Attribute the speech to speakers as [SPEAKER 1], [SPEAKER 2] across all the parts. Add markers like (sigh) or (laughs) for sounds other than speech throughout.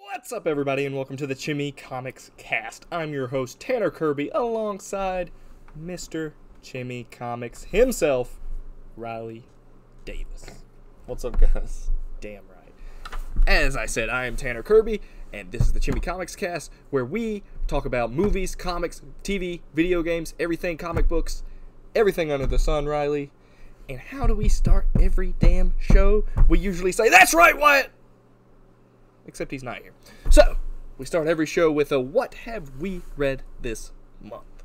[SPEAKER 1] What's up, everybody, and welcome to the Chimmy Comics Cast. I'm your host, Tanner Kirby, alongside Mr. Chimmy Comics himself, Riley Davis.
[SPEAKER 2] What's up, guys?
[SPEAKER 1] Damn right. As I said, I am Tanner Kirby, and this is the Chimmy Comics Cast, where we talk about movies, comics, TV, video games, everything comic books, everything under the sun, Riley. And how do we start every damn show? We usually say, That's right, Wyatt! except he's not here. So, we start every show with a what have we read this month?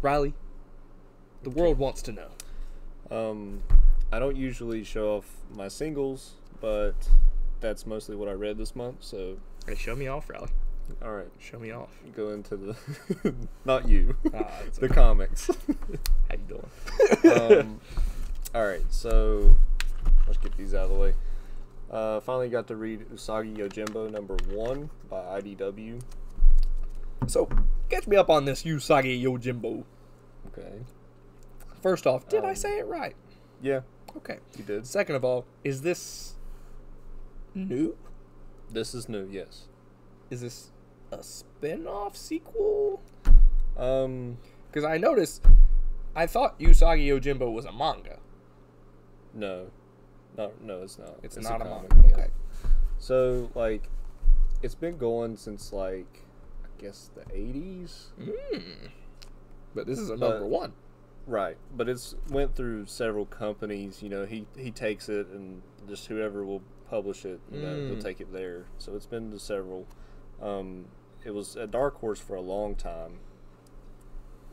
[SPEAKER 1] Riley, the world wants to know.
[SPEAKER 2] Um, I don't usually show off my singles, but that's mostly what I read this month. So,
[SPEAKER 1] Hey, show me off, Riley.
[SPEAKER 2] all right,
[SPEAKER 1] Show me off.
[SPEAKER 2] go into the (laughs) not you, (laughs)
[SPEAKER 1] Ah, it's
[SPEAKER 2] the
[SPEAKER 1] okay. (laughs)
[SPEAKER 2] comics.
[SPEAKER 1] How you doing?
[SPEAKER 2] um, all right, so let's get these out of the way. Uh, finally got to read Usagi Yojimbo number one by IDW.
[SPEAKER 1] So, catch me up on this Usagi Yojimbo.
[SPEAKER 2] Okay.
[SPEAKER 1] First off, did I
[SPEAKER 2] Um,
[SPEAKER 1] say it right?
[SPEAKER 2] Yeah,
[SPEAKER 1] Okay.
[SPEAKER 2] you did.
[SPEAKER 1] Second of all, is this new?
[SPEAKER 2] This is new. Yes.
[SPEAKER 1] Is this a spin-off sequel?
[SPEAKER 2] Um,
[SPEAKER 1] Because I noticed, I thought Usagi Yojimbo was a manga.
[SPEAKER 2] no, no, no, it's not.
[SPEAKER 1] It's, not a,
[SPEAKER 2] comic,
[SPEAKER 1] manga.
[SPEAKER 2] yeah.
[SPEAKER 1] Okay.
[SPEAKER 2] So like, it's been going since like, I guess the '80s,
[SPEAKER 1] Mm. But this is a
[SPEAKER 2] But-
[SPEAKER 1] number one.
[SPEAKER 2] right? But it's went through several companies. You know, he he takes it and just whoever will publish it, you know,
[SPEAKER 1] Mm.
[SPEAKER 2] he'll take it there. So it's been to several. Um, it was a dark horse for a long time,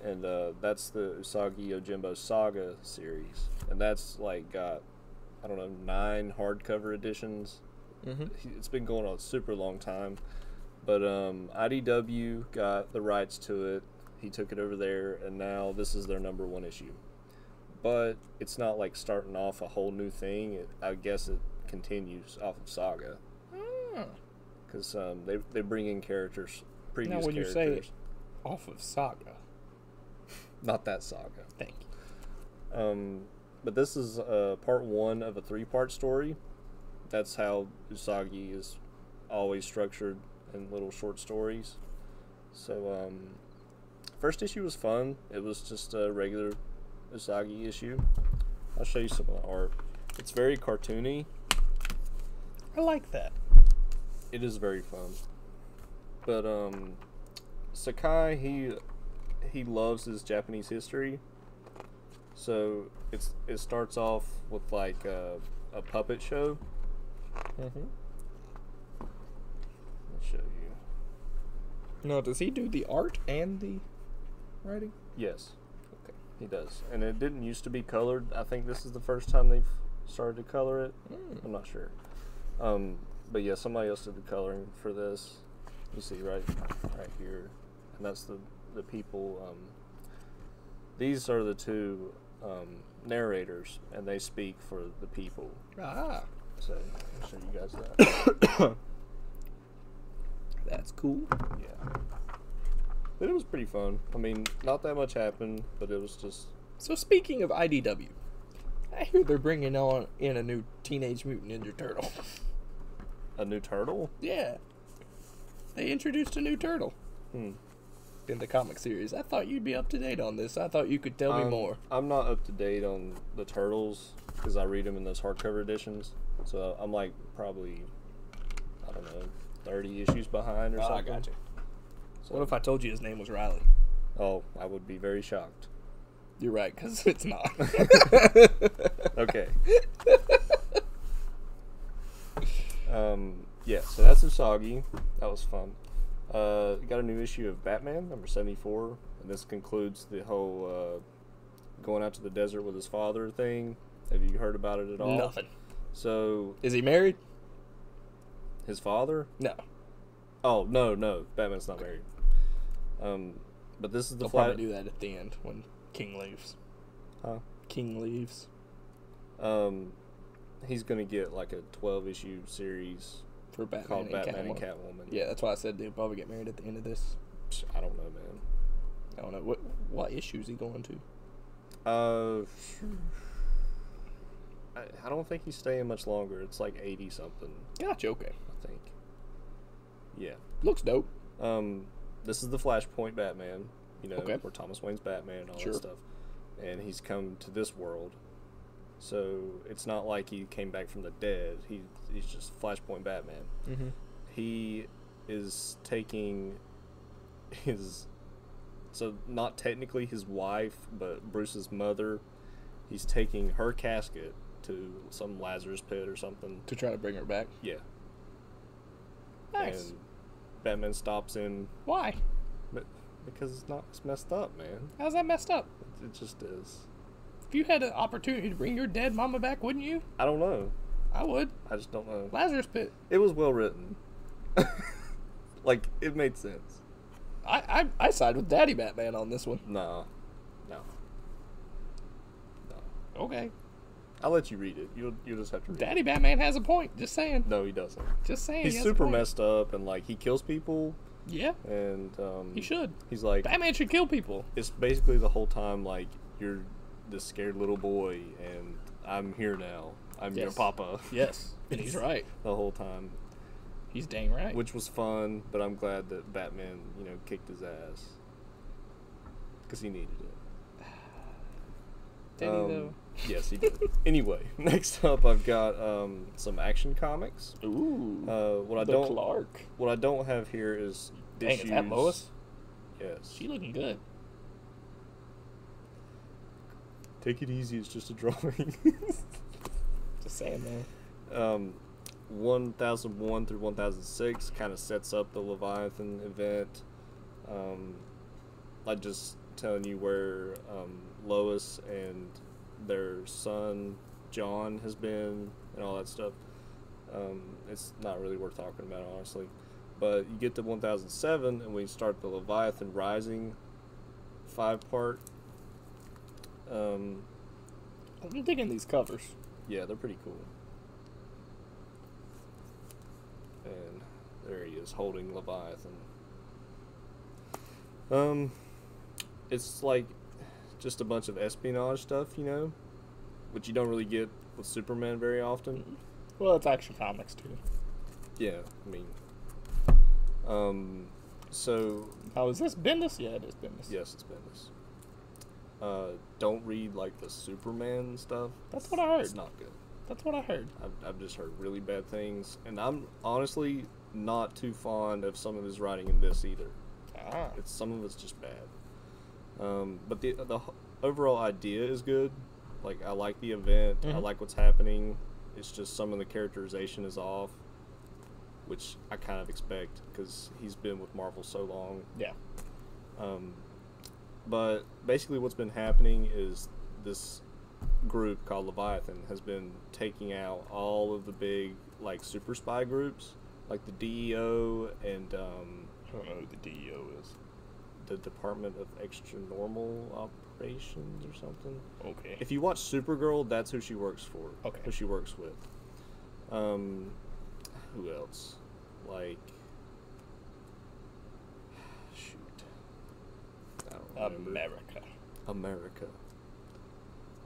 [SPEAKER 2] and uh, that's the Usagi Yojimbo Saga series, and that's like got, I don't know, nine hardcover editions.
[SPEAKER 1] Mm-hmm.
[SPEAKER 2] it's been going on a super long time. But um, IDW got the rights to it. He took it over there, and now this is their number one issue. But it's not like starting off a whole new thing. It, I guess it continues off of Saga because um, they they bring in characters, previous
[SPEAKER 1] when you
[SPEAKER 2] characters,
[SPEAKER 1] say- Off of Saga.
[SPEAKER 2] not that Saga.
[SPEAKER 1] Thank you.
[SPEAKER 2] Um, but this is uh, part one of a three part story. That's how Usagi is always structured in little short stories. So, um, first issue was fun. It was just a regular Usagi issue. I'll show you some of the art. It's very cartoony.
[SPEAKER 1] I like that.
[SPEAKER 2] It is very fun. But um, Sakai he he loves his Japanese history. So it's it starts off with like a, a puppet show.
[SPEAKER 1] Mm-hmm.
[SPEAKER 2] I'll show you.
[SPEAKER 1] Now, does he do the art and the writing?
[SPEAKER 2] Yes,
[SPEAKER 1] Okay.
[SPEAKER 2] he does. And it didn't used to be colored. I think this is the first time they've started to color it.
[SPEAKER 1] Mm.
[SPEAKER 2] I'm not sure. Um, but yeah, somebody else did the coloring for this. You see right, right here, and that's the the people. Um, these are the two um, narrators, and they speak for the people.
[SPEAKER 1] Ah,
[SPEAKER 2] So I'll show you guys that. (coughs)
[SPEAKER 1] that's cool.
[SPEAKER 2] yeah. But it was pretty fun. I mean, not that much happened, but it was just
[SPEAKER 1] So, speaking of IDW, I hear they're bringing on in a new Teenage Mutant Ninja Turtle. (laughs)
[SPEAKER 2] a new turtle.
[SPEAKER 1] yeah. They introduced a new turtle
[SPEAKER 2] Hmm.
[SPEAKER 1] in the comic series. I thought you'd be up to date on this. I thought you could tell me
[SPEAKER 2] I'm-
[SPEAKER 1] more.
[SPEAKER 2] I'm not up to date on the turtles because I read them in those hardcover editions. So I'm like probably, I don't know, 30 issues behind or
[SPEAKER 1] Ah, I
[SPEAKER 2] something.
[SPEAKER 1] gotcha.
[SPEAKER 2] So,
[SPEAKER 1] What if I told you his name was Riley?
[SPEAKER 2] Oh, I would be very shocked.
[SPEAKER 1] You're right, because (laughs) it's
[SPEAKER 2] (laughs)
[SPEAKER 1] not.
[SPEAKER 2] Okay.
[SPEAKER 1] (laughs)
[SPEAKER 2] um, yeah, so that's Usagi. That was fun. Uh, got a new issue of Batman, number 74. And this concludes the whole uh, going out to the desert with his father thing. Have you heard about it at all?
[SPEAKER 1] Nothing.
[SPEAKER 2] So
[SPEAKER 1] Is he married?
[SPEAKER 2] his father
[SPEAKER 1] No.
[SPEAKER 2] Oh no, no, Batman's not married. Um, but this is the
[SPEAKER 1] They'll
[SPEAKER 2] flat.
[SPEAKER 1] probably do that at the end when King leaves.
[SPEAKER 2] Huh?
[SPEAKER 1] King leaves.
[SPEAKER 2] Um, he's gonna get like a twelve issue series
[SPEAKER 1] For Batman,
[SPEAKER 2] called
[SPEAKER 1] and,
[SPEAKER 2] Batman and
[SPEAKER 1] Catwoman.
[SPEAKER 2] Catwoman.
[SPEAKER 1] Yeah, that's why I said they'll probably get married at the end of this.
[SPEAKER 2] Psh, I don't know, man.
[SPEAKER 1] I don't know. What what issue is he going to?
[SPEAKER 2] Uh, I, I don't think he's staying much longer. It's like eighty something,
[SPEAKER 1] Gotcha, okay.
[SPEAKER 2] I think. Yeah.
[SPEAKER 3] Looks dope.
[SPEAKER 2] Um, this is the Flashpoint Batman, you know,
[SPEAKER 3] Okay.
[SPEAKER 2] where Thomas Wayne's Batman and all
[SPEAKER 3] Sure.
[SPEAKER 2] that stuff. And he's come to this world. So it's not like he came back from the dead. He, he's just Flashpoint Batman.
[SPEAKER 3] Mm-hmm.
[SPEAKER 2] He is taking (laughs) his. So, not technically his wife, but Bruce's mother. He's taking her casket to some Lazarus pit or something.
[SPEAKER 3] To try to bring her back.
[SPEAKER 2] Yeah.
[SPEAKER 3] Nice.
[SPEAKER 2] And Batman stops him
[SPEAKER 3] Why?
[SPEAKER 2] but because it's not it's messed up, man.
[SPEAKER 3] How's that messed up?
[SPEAKER 2] It, it just is.
[SPEAKER 3] If you had an opportunity to bring your dead mama back, wouldn't you?
[SPEAKER 2] I don't know.
[SPEAKER 3] I would.
[SPEAKER 2] I just don't know.
[SPEAKER 3] Lazarus Pit.
[SPEAKER 2] It was well written. (laughs) like it made sense.
[SPEAKER 3] I, I I side with Daddy Batman on this one.
[SPEAKER 2] Nah, no, no.
[SPEAKER 3] Okay.
[SPEAKER 2] I'll let you read it. You'll you will just have to read.
[SPEAKER 3] Daddy Batman has a point. Just saying.
[SPEAKER 2] it. No, he doesn't.
[SPEAKER 3] Just saying. he
[SPEAKER 2] He's
[SPEAKER 3] has a
[SPEAKER 2] super
[SPEAKER 3] point.
[SPEAKER 2] messed up and like he kills people
[SPEAKER 3] Yeah,
[SPEAKER 2] and um.
[SPEAKER 3] he should.
[SPEAKER 2] He's like
[SPEAKER 3] Batman should kill people.
[SPEAKER 2] it's basically the whole time like you're this scared little boy and I'm here now. I'm your
[SPEAKER 3] Yes.
[SPEAKER 2] papa. (laughs)
[SPEAKER 3] Yes, and he's right.
[SPEAKER 2] The whole time.
[SPEAKER 3] He's dang right.
[SPEAKER 2] which was fun. But I'm glad that Batman, you know, kicked his ass because he needed it.
[SPEAKER 3] Did he,
[SPEAKER 2] Um,
[SPEAKER 3] though?
[SPEAKER 2] Yes,
[SPEAKER 3] (laughs)
[SPEAKER 2] he did. anyway, (laughs) next up, I've got um, some action comics.
[SPEAKER 3] Ooh.
[SPEAKER 2] Uh, what I
[SPEAKER 3] the
[SPEAKER 2] don't
[SPEAKER 3] Clark.
[SPEAKER 2] what I don't have here is
[SPEAKER 3] Dang,
[SPEAKER 2] issues.
[SPEAKER 3] is that Lois?
[SPEAKER 2] Yes.
[SPEAKER 3] She looking good.
[SPEAKER 2] Take it easy. It's just a drawing. (laughs)
[SPEAKER 3] Just saying, man.
[SPEAKER 2] um, 1001 through 1006 kind of sets up the Leviathan event. Um, like just telling you where um, Lois and their son John has been and all that stuff. Um, it's not really worth talking about, honestly. But you get to 1007 and we start the Leviathan Rising five part. Um,
[SPEAKER 3] I'm digging these covers.
[SPEAKER 2] yeah, they're pretty cool. And there he is holding Leviathan. Um, it's like just a bunch of espionage stuff, you know, which you don't really get with Superman very
[SPEAKER 3] Mm-hmm.
[SPEAKER 2] often.
[SPEAKER 3] Well, it's action comics too.
[SPEAKER 2] Yeah, I mean, um, so
[SPEAKER 3] Oh, is this Bendis? Yeah, it is Bendis.
[SPEAKER 2] yes, it's Bendis. Uh, don't read like the Superman stuff.
[SPEAKER 3] That's what I heard.
[SPEAKER 2] It's not good.
[SPEAKER 3] That's what I heard.
[SPEAKER 2] I've, I've just heard really bad things, and I'm honestly not too fond of some of his writing in this either.
[SPEAKER 3] Ah.
[SPEAKER 2] It's some of it's just bad. Um, but the the h- overall idea is good. Like I like the event. I
[SPEAKER 3] Mhm.
[SPEAKER 2] like what's happening. It's just some of the characterization is off, which I kind of expect because he's been with Marvel so long.
[SPEAKER 3] Yeah.
[SPEAKER 2] Um, but basically, what's been happening is this group called Leviathan has been taking out all of the big like super spy groups, like the DEO and um,
[SPEAKER 3] I don't know who the DEO is.
[SPEAKER 2] the Department of Extra Normal Operations or something.
[SPEAKER 3] Okay.
[SPEAKER 2] If you watch Supergirl, that's who she works for.
[SPEAKER 3] Okay.
[SPEAKER 2] Who she works with. Um, who else? Like, shoot, I
[SPEAKER 1] Uh,
[SPEAKER 2] don't remember.
[SPEAKER 3] America.
[SPEAKER 2] America.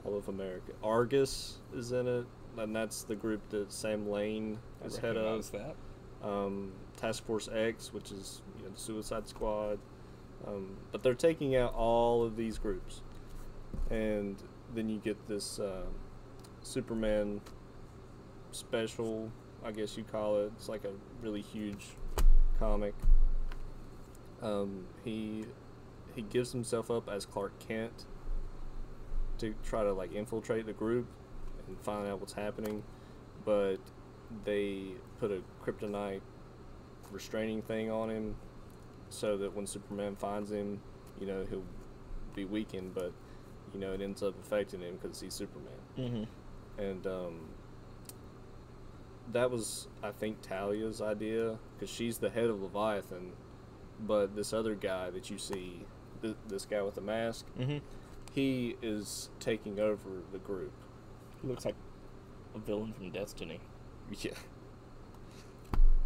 [SPEAKER 2] I love America. Argus is in it, and that's the group that Sam Lane
[SPEAKER 3] I
[SPEAKER 2] is head of.
[SPEAKER 3] recognize that.
[SPEAKER 2] Um, Task Force X, which is you know, the Suicide Squad. Um, but they're taking out all of these groups, and then you get this um Superman special, I guess you call it. It's like a really huge comic. Um, he he gives himself up as Clark Kent to try to like infiltrate the group and find out what's happening, but they put a kryptonite restraining thing on him so that when Superman finds him, you know he'll be weakened, but you know it ends up affecting him because he's Superman
[SPEAKER 3] Mm-hmm.
[SPEAKER 2] and um, that was I think Talia's idea because she's the head of Leviathan, but this other guy that you see, th- this guy with the mask,
[SPEAKER 3] Mm-hmm.
[SPEAKER 2] he is taking over the group.
[SPEAKER 3] Looks like a villain from Destiny.
[SPEAKER 2] Yeah.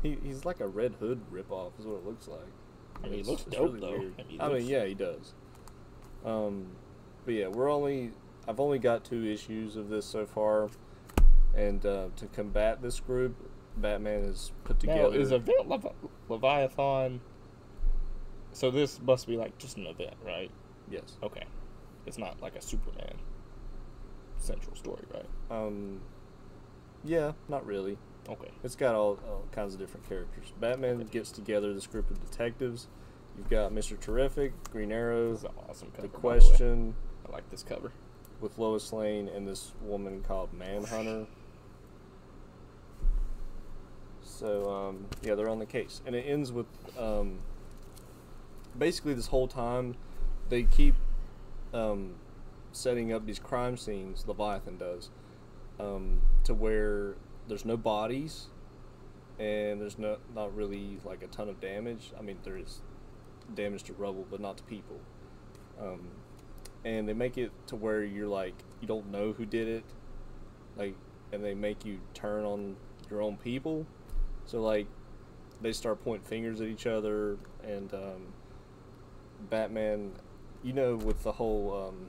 [SPEAKER 2] He, he's like a Red Hood ripoff, is what it looks like.
[SPEAKER 3] I mean, he
[SPEAKER 2] It's-
[SPEAKER 3] looks
[SPEAKER 2] it's
[SPEAKER 3] dope, though.
[SPEAKER 2] weird.
[SPEAKER 3] I mean, he
[SPEAKER 2] I mean,
[SPEAKER 3] looks-
[SPEAKER 2] yeah, he does. Um, but yeah, we're only I've only got two issues of this so far, and uh, to combat this group, Batman is put
[SPEAKER 1] Now,
[SPEAKER 2] together.
[SPEAKER 1] is event Levi- Leviathan? So this must be like just an event, right?
[SPEAKER 2] yes.
[SPEAKER 1] Okay, it's not like a Superman central story, right?
[SPEAKER 2] Um, yeah, not really.
[SPEAKER 1] Okay.
[SPEAKER 2] It's got all, all kinds of different characters. Batman gets together this group of detectives. You've got Mr. Terrific, Green Arrow,
[SPEAKER 1] This is an awesome cover.
[SPEAKER 2] The
[SPEAKER 1] by way.
[SPEAKER 2] Question
[SPEAKER 1] I like this cover.
[SPEAKER 2] with Lois Lane and this woman called Manhunter. So um, yeah, they're on the case, and it ends with um, basically this whole time they keep um, setting up these crime scenes. Leviathan does um, to where there's no bodies, and there's not not really like a ton of damage. I mean, there is damage to rubble, but not to people. Um, and they make it to where you're like you don't know who did it, like, and they make you turn on your own people. So like, they start pointing fingers at each other, and um, Batman, you know, with the whole um,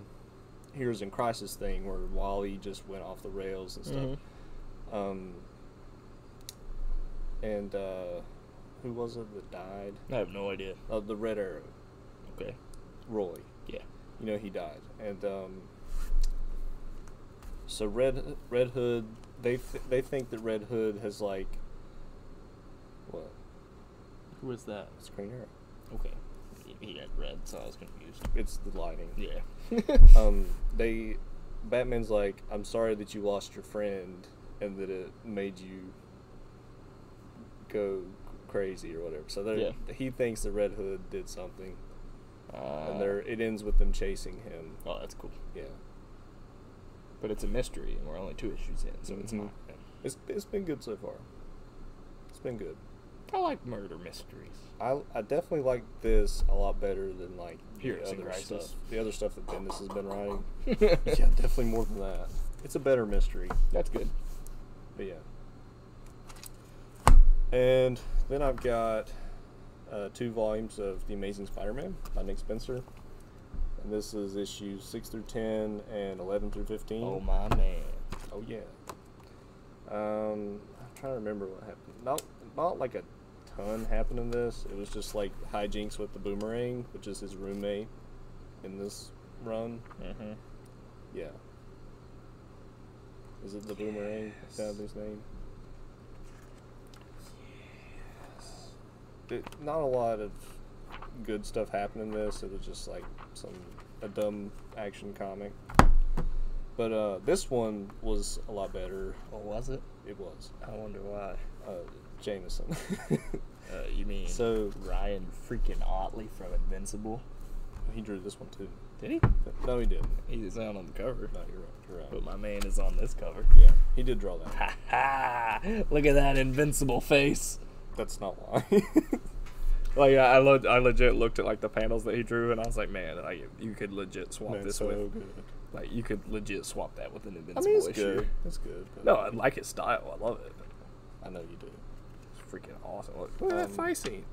[SPEAKER 2] Heroes in Crisis thing where Wally just went off the rails and stuff.
[SPEAKER 1] Mm-hmm.
[SPEAKER 2] Um, and uh, who was it that died?
[SPEAKER 1] I have no idea.
[SPEAKER 2] Oh, the Red Arrow,
[SPEAKER 1] Okay.
[SPEAKER 2] Roy.
[SPEAKER 1] Yeah.
[SPEAKER 2] You know he died, and um, so Red Red Hood. They th- they think that Red Hood has like what?
[SPEAKER 1] Who is that?
[SPEAKER 2] It's Green Arrow.
[SPEAKER 1] Okay. He- He had red, so I was confused.
[SPEAKER 2] It's the lighting.
[SPEAKER 1] Yeah.
[SPEAKER 2] (laughs) um, they Batman's like, I'm sorry that you lost your friend and that it made you go crazy or whatever. So they're
[SPEAKER 1] Yeah.
[SPEAKER 2] he thinks that Red Hood did something,
[SPEAKER 1] Uh,
[SPEAKER 2] and there it ends with them chasing him.
[SPEAKER 1] Oh, that's cool.
[SPEAKER 2] Yeah,
[SPEAKER 1] But it's a mystery, and we're only two issues in, so it's
[SPEAKER 2] Mhm.
[SPEAKER 1] not.
[SPEAKER 2] it's it's been good so far. It's been good.
[SPEAKER 1] I like murder mysteries.
[SPEAKER 2] I, I definitely like this a lot better than like the
[SPEAKER 1] Heroes in
[SPEAKER 2] other
[SPEAKER 1] Crisis.
[SPEAKER 2] stuff. The other stuff that Bendis has been
[SPEAKER 1] (laughs)
[SPEAKER 2] writing. yeah, definitely more than that. It's a better mystery.
[SPEAKER 1] That's good.
[SPEAKER 2] But yeah. And then I've got uh, two volumes of The Amazing Spider Man by Nick Spencer. And this is issues 6 through 10 and 11 through 15.
[SPEAKER 1] Oh my man.
[SPEAKER 2] Oh, yeah. Um, I'm trying to remember what happened. Not, not like a ton happened in this. It was just like hijinks with the boomerang, which is his roommate in this run.
[SPEAKER 1] Mm-hmm.
[SPEAKER 2] Yeah. Is it the boomerang? Is that his name? It, not a lot of good stuff happened in this. It was just like some a dumb action comic. But uh, this one was a lot better.
[SPEAKER 1] What Oh, was it?
[SPEAKER 2] It was
[SPEAKER 1] I wonder why.
[SPEAKER 2] uh, Jameson. (laughs)
[SPEAKER 1] Uh, you mean
[SPEAKER 2] So-
[SPEAKER 1] Ryan freaking Otley from Invincible?
[SPEAKER 2] he drew this one too.
[SPEAKER 1] Did he?
[SPEAKER 2] No, he didn't.
[SPEAKER 1] He's not on the cover.
[SPEAKER 2] No, you're right. You're right.
[SPEAKER 1] But my man is on this cover.
[SPEAKER 2] Yeah, he did draw that.
[SPEAKER 1] Ha ha! Look at that invincible face.
[SPEAKER 2] That's not
[SPEAKER 1] (laughs)
[SPEAKER 2] why.
[SPEAKER 1] Like I, I, lo- I legit looked at like the panels that he drew, and I was like, man, like you could legit swap
[SPEAKER 2] That's
[SPEAKER 1] this
[SPEAKER 2] so
[SPEAKER 1] with,
[SPEAKER 2] good.
[SPEAKER 1] like you could legit swap that with an
[SPEAKER 2] I
[SPEAKER 1] invincible
[SPEAKER 2] mean, it's
[SPEAKER 1] issue.
[SPEAKER 2] good. It's good. but-
[SPEAKER 1] No, I like his style. I love it.
[SPEAKER 2] I know you do.
[SPEAKER 1] It's freaking awesome. Look, look at that
[SPEAKER 2] Um,
[SPEAKER 1] fight scene.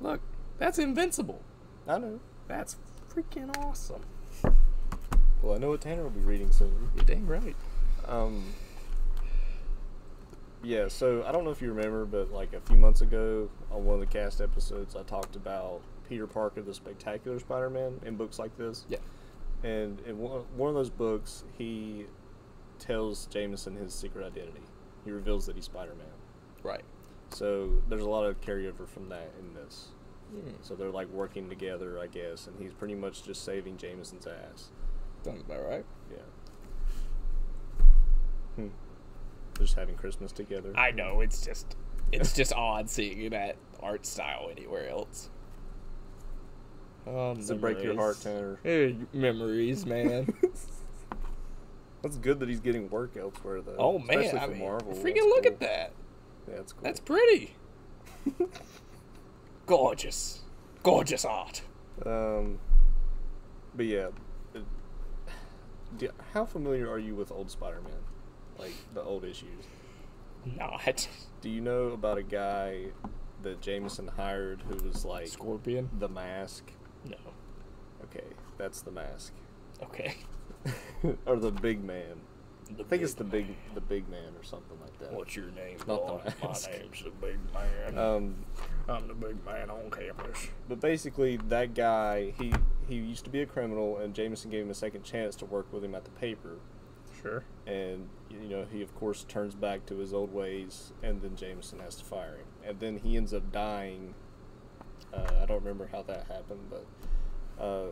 [SPEAKER 1] Look, that's invincible.
[SPEAKER 2] I know.
[SPEAKER 1] That's freaking awesome.
[SPEAKER 2] Well, I know what Tanner will be reading soon.
[SPEAKER 1] You're dang right.
[SPEAKER 2] Um. Yeah, so I don't know if you remember, but like a few months ago on one of the cast episodes, I talked about Peter Parker, the Spectacular Spider-Man, in books like this.
[SPEAKER 1] Yeah.
[SPEAKER 2] And in one one of those books, he tells Jameson his secret identity. He reveals that he's Spider-Man.
[SPEAKER 1] Right.
[SPEAKER 2] So there's a lot of carryover from that in this.
[SPEAKER 1] Hmm,
[SPEAKER 2] So they're like working together, I guess, and he's pretty much just saving Jameson's ass.
[SPEAKER 1] Sounds about right.
[SPEAKER 2] Yeah. Hmm. They're just having Christmas together.
[SPEAKER 1] I know it's just it's just (laughs) odd seeing that art style anywhere else. Oh, Um,
[SPEAKER 2] Does it break your heart,
[SPEAKER 1] memories.
[SPEAKER 2] Tanner?
[SPEAKER 1] Eh, memories, man. (laughs)
[SPEAKER 2] That's good that he's getting work elsewhere, though.
[SPEAKER 1] oh man,
[SPEAKER 2] especially
[SPEAKER 1] I
[SPEAKER 2] for
[SPEAKER 1] mean,
[SPEAKER 2] Marvel.
[SPEAKER 1] freaking
[SPEAKER 2] That's
[SPEAKER 1] look
[SPEAKER 2] cool.
[SPEAKER 1] at that.
[SPEAKER 2] Yeah, that's cool.
[SPEAKER 1] That's pretty. (laughs) Gorgeous, gorgeous art.
[SPEAKER 2] um, but yeah, it- do- how familiar are you with old Spider-Man, like the old issues?
[SPEAKER 1] Not
[SPEAKER 2] Do you know about a guy that Jameson hired who was like
[SPEAKER 1] scorpion.
[SPEAKER 2] the Mask?
[SPEAKER 1] No.
[SPEAKER 2] Okay, that's the Mask,
[SPEAKER 1] Okay.
[SPEAKER 2] or the Big Man. I think it's the big the big man or something like that.
[SPEAKER 1] What's your name?
[SPEAKER 2] Not the
[SPEAKER 1] boy? My
[SPEAKER 2] mask.
[SPEAKER 1] name's the Big Man.
[SPEAKER 2] Um,
[SPEAKER 1] I'm the Big Man on campus.
[SPEAKER 2] but basically, that guy he he used to be a criminal, and Jameson gave him a second chance to work with him at the paper.
[SPEAKER 1] Sure.
[SPEAKER 2] and you know he of course turns back to his old ways and then jameson has to fire him and then he ends up dying uh, i don't remember how that happened but uh,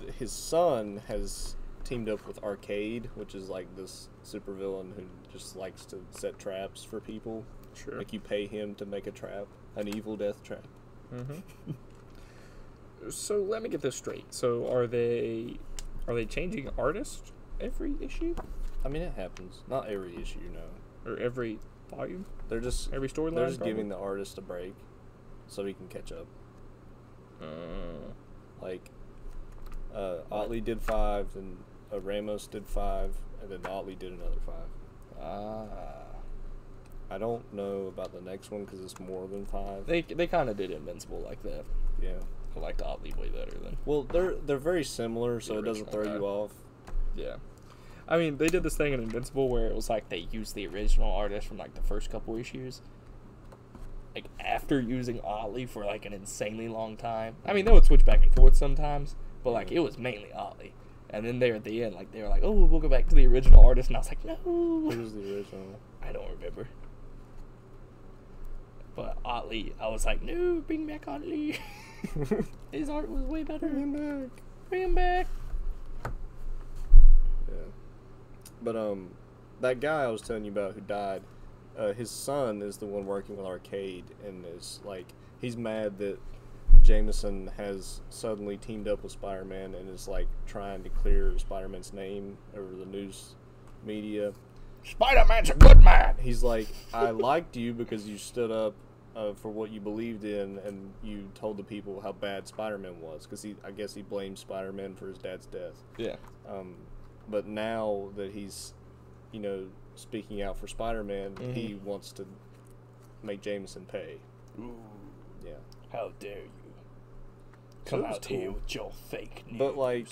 [SPEAKER 2] th- his son has teamed up with arcade which is like this supervillain who just likes to set traps for people
[SPEAKER 1] Sure.
[SPEAKER 2] like you pay him to make a trap an evil death trap
[SPEAKER 1] Mm-hmm. So let me get this straight. So are they are they changing artists every issue
[SPEAKER 2] i mean it happens not every issue you know
[SPEAKER 1] or every volume?
[SPEAKER 2] they're just
[SPEAKER 1] Every storyline,
[SPEAKER 2] they're just
[SPEAKER 1] probably?
[SPEAKER 2] giving the artist a break so he can catch up
[SPEAKER 1] Uh,
[SPEAKER 2] Like, uh, Otley did five, then uh, Ramos did five, and then Otley did another five.
[SPEAKER 1] ah.
[SPEAKER 2] I don't know about the next one because it's more than five.
[SPEAKER 1] They they kind of did Invincible like that.
[SPEAKER 2] yeah.
[SPEAKER 1] I liked Otley way better than.
[SPEAKER 2] Well, they're they're very similar, so
[SPEAKER 1] The
[SPEAKER 2] it doesn't
[SPEAKER 1] original
[SPEAKER 2] throw you
[SPEAKER 1] guy.
[SPEAKER 2] off.
[SPEAKER 1] Yeah. I mean, they did this thing in Invincible where it was like they used the original artist from like the first couple issues. Like after using Otley for like an insanely long time. I mean, they would switch back and forth sometimes, but like it was mainly Otley. And then there at the end, like they were like, "Oh, we'll go back to the original artist," and I was like,
[SPEAKER 2] Who
[SPEAKER 1] "No,
[SPEAKER 2] was the original?
[SPEAKER 1] I don't remember." But Otley, I was like, "No, bring back Otley. His art was way better. Bring
[SPEAKER 2] Mm-hmm.
[SPEAKER 1] him back. Bring him back."
[SPEAKER 2] Yeah. But um, that guy I was telling you about who died, uh, his son is the one working with Arcade, and is like he's mad that Jameson has suddenly teamed up with Spider Man and is like trying to clear Spider Man's name over the news media.
[SPEAKER 1] Spider Man's a good man.
[SPEAKER 2] He's like, I liked you because you stood up. Uh, for what you believed in, and you told the people how bad Spider-Man was, because he, I guess, he blamed Spider-Man for his dad's death.
[SPEAKER 1] Yeah.
[SPEAKER 2] Um, but now that he's, you know, speaking out for Spider Man, he wants to make Jameson pay. Yeah.
[SPEAKER 1] How dare you
[SPEAKER 2] So
[SPEAKER 1] come
[SPEAKER 2] it was
[SPEAKER 1] out here
[SPEAKER 2] cool.
[SPEAKER 1] with your fake news?
[SPEAKER 2] But, like,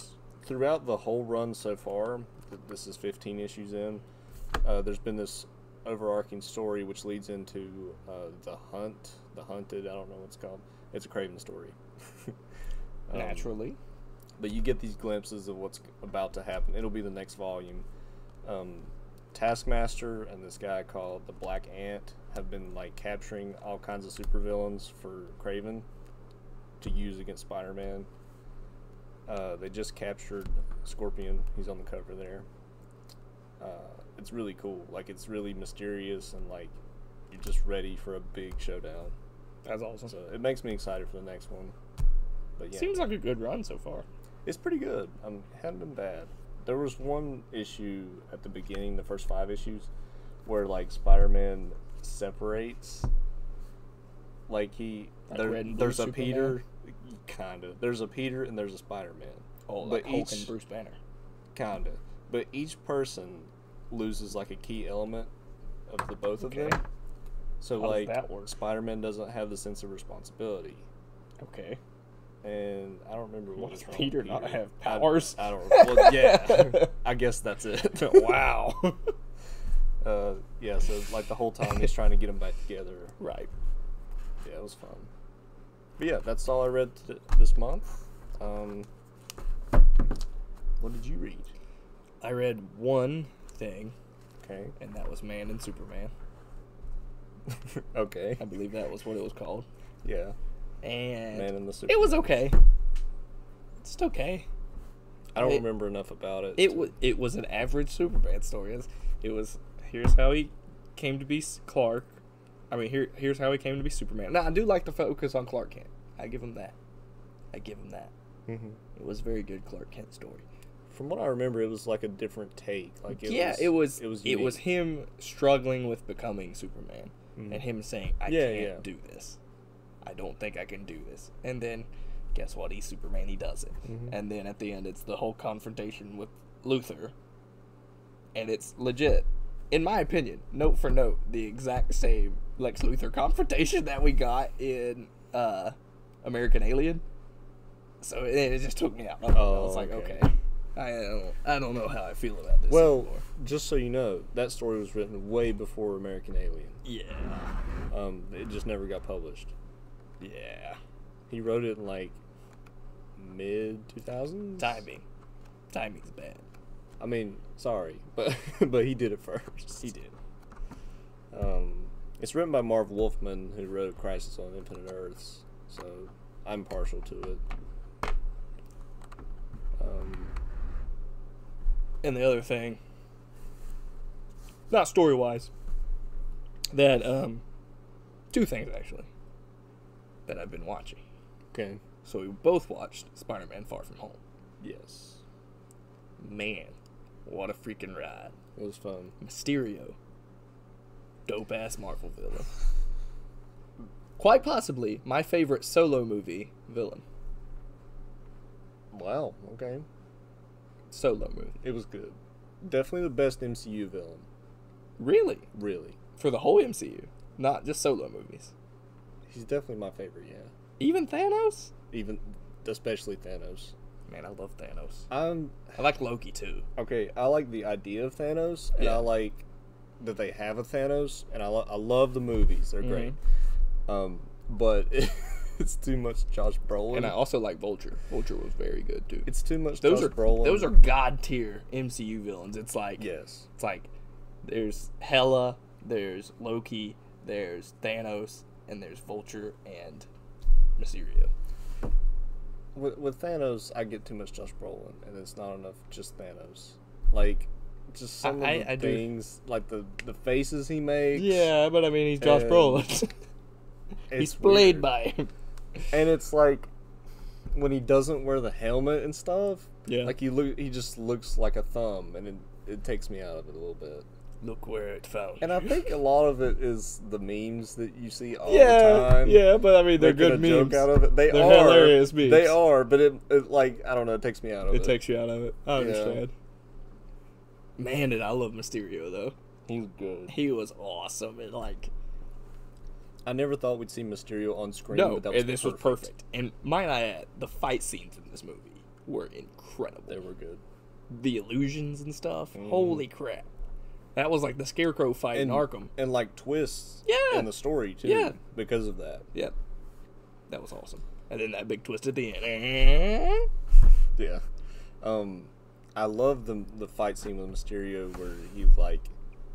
[SPEAKER 2] throughout the whole run so far, th- this is 15 issues in, uh, there's been this overarching story which leads into uh, The Hunt, The Hunted, I don't know what it's called. It's a Craven story. um,
[SPEAKER 1] naturally,
[SPEAKER 2] but you get these glimpses of what's about to happen. It'll be the next volume. Um, Taskmaster and this guy called the Black Ant have been like capturing all kinds of supervillains for Craven to use against Spider-Man. Uh, they just captured Scorpion. He's on the cover there. Uh, it's really cool. Like it's really mysterious and like you're just ready for a big showdown.
[SPEAKER 1] that's awesome.
[SPEAKER 2] So it makes me excited for the next one. But yeah.
[SPEAKER 1] Seems like a good run so far.
[SPEAKER 2] It's pretty good. Um, it hadn't been bad. There was one issue at the beginning, the first five issues, where like Spider-Man separates. Like he,
[SPEAKER 1] Like
[SPEAKER 2] there-
[SPEAKER 1] Red and Blue
[SPEAKER 2] there's a
[SPEAKER 1] Superman?
[SPEAKER 2] Peter, kind of. There's a Peter and there's a Spider-Man.
[SPEAKER 1] Oh,
[SPEAKER 2] but
[SPEAKER 1] like Hulk
[SPEAKER 2] each
[SPEAKER 1] and Bruce Banner.
[SPEAKER 2] kind of. But each person loses like a key element of the both
[SPEAKER 1] Okay.
[SPEAKER 2] of them. So
[SPEAKER 1] How does
[SPEAKER 2] like
[SPEAKER 1] that work?
[SPEAKER 2] Spider-Man doesn't have the sense of responsibility.
[SPEAKER 1] Okay.
[SPEAKER 2] and I don't remember
[SPEAKER 1] Why
[SPEAKER 2] what
[SPEAKER 1] does
[SPEAKER 2] was wrong with
[SPEAKER 1] Peter not have
[SPEAKER 2] I-
[SPEAKER 1] powers?
[SPEAKER 2] I, don't.
[SPEAKER 1] (laughs)
[SPEAKER 2] Well, yeah, (laughs) I guess that's it.
[SPEAKER 1] wow.
[SPEAKER 2] (laughs) Uh, yeah, so like the whole time he's trying to get them back together.
[SPEAKER 1] right.
[SPEAKER 2] Yeah, it was fun. But yeah, that's all I read t- this month. Um, what did you read?
[SPEAKER 1] I read one thing,
[SPEAKER 2] Okay.
[SPEAKER 1] and that was Man and Superman.
[SPEAKER 2] (laughs) okay.
[SPEAKER 1] I believe that was what it was called.
[SPEAKER 2] Yeah.
[SPEAKER 1] And
[SPEAKER 2] Man and the Super.
[SPEAKER 1] it was okay. Just okay.
[SPEAKER 2] I don't
[SPEAKER 1] it-
[SPEAKER 2] remember enough about it.
[SPEAKER 1] It
[SPEAKER 2] to-
[SPEAKER 1] was it was an average Superman story. It was, it was here's how he came to be S- Clark. I mean here here's how he came to be Superman. Now I do like the focus on Clark Kent. I give him that. I give him that.
[SPEAKER 2] Mhm.
[SPEAKER 1] It was a very good Clark Kent story.
[SPEAKER 2] From what I remember, it was like a different take. Like it
[SPEAKER 1] yeah,
[SPEAKER 2] was,
[SPEAKER 1] it was
[SPEAKER 2] It was.
[SPEAKER 1] it was
[SPEAKER 2] unique. Mm-hmm.
[SPEAKER 1] him struggling with becoming Superman and him saying I
[SPEAKER 2] Yeah,
[SPEAKER 1] can't
[SPEAKER 2] yeah.
[SPEAKER 1] do this. I don't think I can do this. And then guess what? He's Superman. He does it.
[SPEAKER 2] Mm-hmm.
[SPEAKER 1] And then at the end, it's the whole confrontation with Luther. And it's legit, in my opinion, note for note, the exact same Lex Luthor (laughs) confrontation that we got in uh, American Alien. So it, it just took me out. I was
[SPEAKER 2] Oh,
[SPEAKER 1] like,
[SPEAKER 2] okay.
[SPEAKER 1] okay,
[SPEAKER 3] I don't, I don't know how I feel about this.
[SPEAKER 2] Well,
[SPEAKER 3] anymore.
[SPEAKER 2] just so you know, that story was written way before American Alien.
[SPEAKER 3] yeah,
[SPEAKER 2] Um, it just never got published.
[SPEAKER 3] yeah.
[SPEAKER 2] He wrote it in like mid 2000s.
[SPEAKER 1] Timing. Timing's bad.
[SPEAKER 2] I mean, sorry, but (laughs) but he did it first.
[SPEAKER 1] He did.
[SPEAKER 2] Um, it's written by Marv Wolfman, who wrote Crisis on Infinite Earths, so I'm partial to it. Um,
[SPEAKER 1] And the other thing, not story wise, that, um, two things actually that I've been watching.
[SPEAKER 2] okay.
[SPEAKER 1] So we both watched Spider Man Far From Home.
[SPEAKER 2] Yes.
[SPEAKER 1] Man, what a freaking ride.
[SPEAKER 2] It was fun.
[SPEAKER 1] Mysterio, dope ass Marvel villain. Quite possibly my favorite solo movie villain.
[SPEAKER 2] Wow. Okay.
[SPEAKER 1] Solo movie.
[SPEAKER 2] It was good. Definitely the best MCU villain.
[SPEAKER 1] Really?
[SPEAKER 2] Really.
[SPEAKER 1] For the whole MCU, not just solo movies.
[SPEAKER 2] He's definitely my favorite. Yeah.
[SPEAKER 1] Even Thanos?
[SPEAKER 2] Even, especially Thanos.
[SPEAKER 1] Man, I love Thanos.
[SPEAKER 2] I'm
[SPEAKER 1] I like Loki too.
[SPEAKER 2] okay. I like the idea of Thanos, and
[SPEAKER 1] Yeah.
[SPEAKER 2] I like that they have a Thanos, and I lo- I love the movies. They're great.
[SPEAKER 1] Mm-hmm.
[SPEAKER 2] Um, but (laughs) it's too much Josh Brolin.
[SPEAKER 1] And I also like Vulture. Vulture was very good too.
[SPEAKER 2] It's too much.
[SPEAKER 1] those
[SPEAKER 2] Josh
[SPEAKER 1] are
[SPEAKER 2] Brolin.
[SPEAKER 1] those are god tier MCU villains. It's like
[SPEAKER 2] yes.
[SPEAKER 1] It's like there's Hela, there's Loki, there's Thanos, and there's Vulture and Mysterio.
[SPEAKER 2] With, with Thanos, I get too much Josh Brolin, and it's not enough just Thanos. Like, just some
[SPEAKER 1] I-
[SPEAKER 2] of the
[SPEAKER 1] I do-
[SPEAKER 2] things, like the the faces he makes.
[SPEAKER 1] but I mean he's
[SPEAKER 2] Josh Brolin.
[SPEAKER 1] (laughs) he's
[SPEAKER 2] it's
[SPEAKER 1] played
[SPEAKER 2] weird.
[SPEAKER 1] by him.
[SPEAKER 2] And it's like when he doesn't wear the helmet and stuff.
[SPEAKER 1] Yeah.
[SPEAKER 2] Like he look, he just looks like a thumb, and it, it takes me out of it a little bit.
[SPEAKER 1] Look where it found.
[SPEAKER 2] And
[SPEAKER 1] (laughs)
[SPEAKER 2] I think a lot of it is the memes that you see all the
[SPEAKER 1] yeah,
[SPEAKER 2] time.
[SPEAKER 1] yeah, but I mean
[SPEAKER 2] They're
[SPEAKER 1] they're
[SPEAKER 2] good
[SPEAKER 1] good memes.
[SPEAKER 2] joke out of it. They
[SPEAKER 1] They're
[SPEAKER 2] are
[SPEAKER 1] hilarious memes.
[SPEAKER 2] They are, but it, it like I don't know. It takes me out of it.
[SPEAKER 1] It takes you out of it. I
[SPEAKER 2] Yeah.
[SPEAKER 1] understand. Man, did I love Mysterio though.
[SPEAKER 2] He's good.
[SPEAKER 1] He was awesome and like
[SPEAKER 2] I never thought we'd see Mysterio on screen.
[SPEAKER 1] no,
[SPEAKER 2] but that was
[SPEAKER 1] and this was perfect. And might I add, the fight scenes in this movie were incredible.
[SPEAKER 2] They were good.
[SPEAKER 1] the illusions and stuff. Holy crap. That was like the scarecrow fight in Arkham.
[SPEAKER 2] and like twists.
[SPEAKER 1] Yeah.
[SPEAKER 2] in the story too.
[SPEAKER 1] Yeah.
[SPEAKER 2] because of that.
[SPEAKER 1] Yep. That was awesome. And then that big twist at the end.
[SPEAKER 2] Yeah, um, I love the the fight scene with Mysterio where he like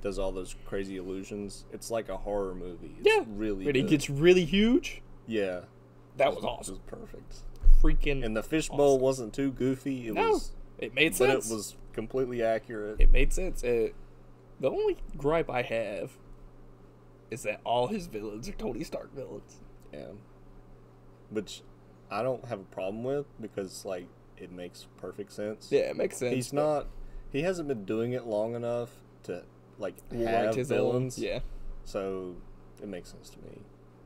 [SPEAKER 2] does all those crazy illusions. It's like a horror movie. It's
[SPEAKER 1] Yeah.
[SPEAKER 2] really.
[SPEAKER 1] When he
[SPEAKER 2] good.
[SPEAKER 1] gets really huge.
[SPEAKER 2] yeah.
[SPEAKER 1] That was
[SPEAKER 2] It
[SPEAKER 1] awesome.
[SPEAKER 2] was perfect.
[SPEAKER 1] Freaking
[SPEAKER 2] And the fishbowl
[SPEAKER 1] Awesome.
[SPEAKER 2] wasn't too goofy. It
[SPEAKER 1] No.
[SPEAKER 2] was,
[SPEAKER 1] it made
[SPEAKER 2] but
[SPEAKER 1] sense.
[SPEAKER 2] it was completely accurate.
[SPEAKER 1] it made sense. It, the only gripe I have is that all his villains are Tony Stark villains.
[SPEAKER 2] Yeah. Which I don't have a problem with because like it makes perfect sense.
[SPEAKER 1] Yeah, it makes sense.
[SPEAKER 2] He's not he hasn't been doing it long enough to like have
[SPEAKER 1] his
[SPEAKER 2] villains.
[SPEAKER 1] villains. Yeah.
[SPEAKER 2] So it makes sense to me.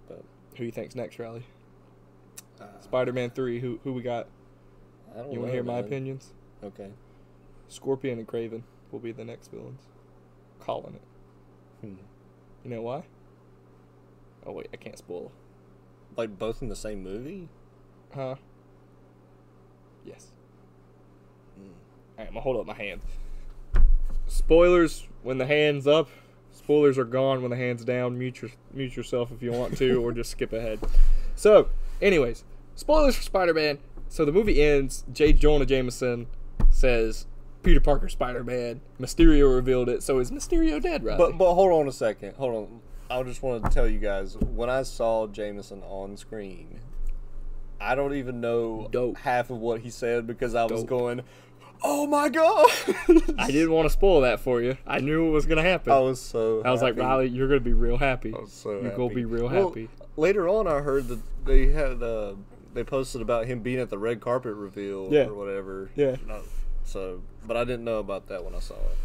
[SPEAKER 2] But
[SPEAKER 1] Who you think's next, Riley?
[SPEAKER 2] uh,
[SPEAKER 1] Spider Man three, who who we got?
[SPEAKER 2] I don't
[SPEAKER 1] You wanna
[SPEAKER 2] know,
[SPEAKER 1] hear my
[SPEAKER 2] man.
[SPEAKER 1] opinions?
[SPEAKER 2] Okay.
[SPEAKER 1] Scorpion and Craven will be the next villains. Calling it.
[SPEAKER 2] Hmm.
[SPEAKER 1] You know why? Oh wait, I can't spoil.
[SPEAKER 2] Like both in the same movie?
[SPEAKER 1] Huh? Yes. Hmm. Alright, I'm gonna hold up my hand. Spoilers when the hand's up. Spoilers are gone when the hand's down. Mute, your, mute yourself if you want to, or just skip ahead. So, anyways, spoilers for Spider Man. So the movie ends. J. Jonah Jameson says, Peter Parker, Spider Man. Mysterio revealed it. So is Mysterio dead, right?
[SPEAKER 2] But but hold on a second. Hold on. I just want to tell you guys when I saw Jameson on screen, I don't even know
[SPEAKER 1] Dope.
[SPEAKER 2] half of what he said because I was
[SPEAKER 1] Dope.
[SPEAKER 2] going, "Oh my god!"
[SPEAKER 1] (laughs) I didn't want to spoil that for you. I knew it was gonna happen.
[SPEAKER 2] I was so.
[SPEAKER 1] I was like,
[SPEAKER 2] happy.
[SPEAKER 1] Riley, you're gonna be real happy.
[SPEAKER 2] I was so
[SPEAKER 1] you're gonna
[SPEAKER 2] happy.
[SPEAKER 1] be real
[SPEAKER 2] Well,
[SPEAKER 1] happy.
[SPEAKER 2] later on, I heard that they had uh, they posted about him being at the red carpet reveal
[SPEAKER 1] Yeah.
[SPEAKER 2] or whatever.
[SPEAKER 1] Yeah.
[SPEAKER 2] No, so, but I didn't know about that when I saw it.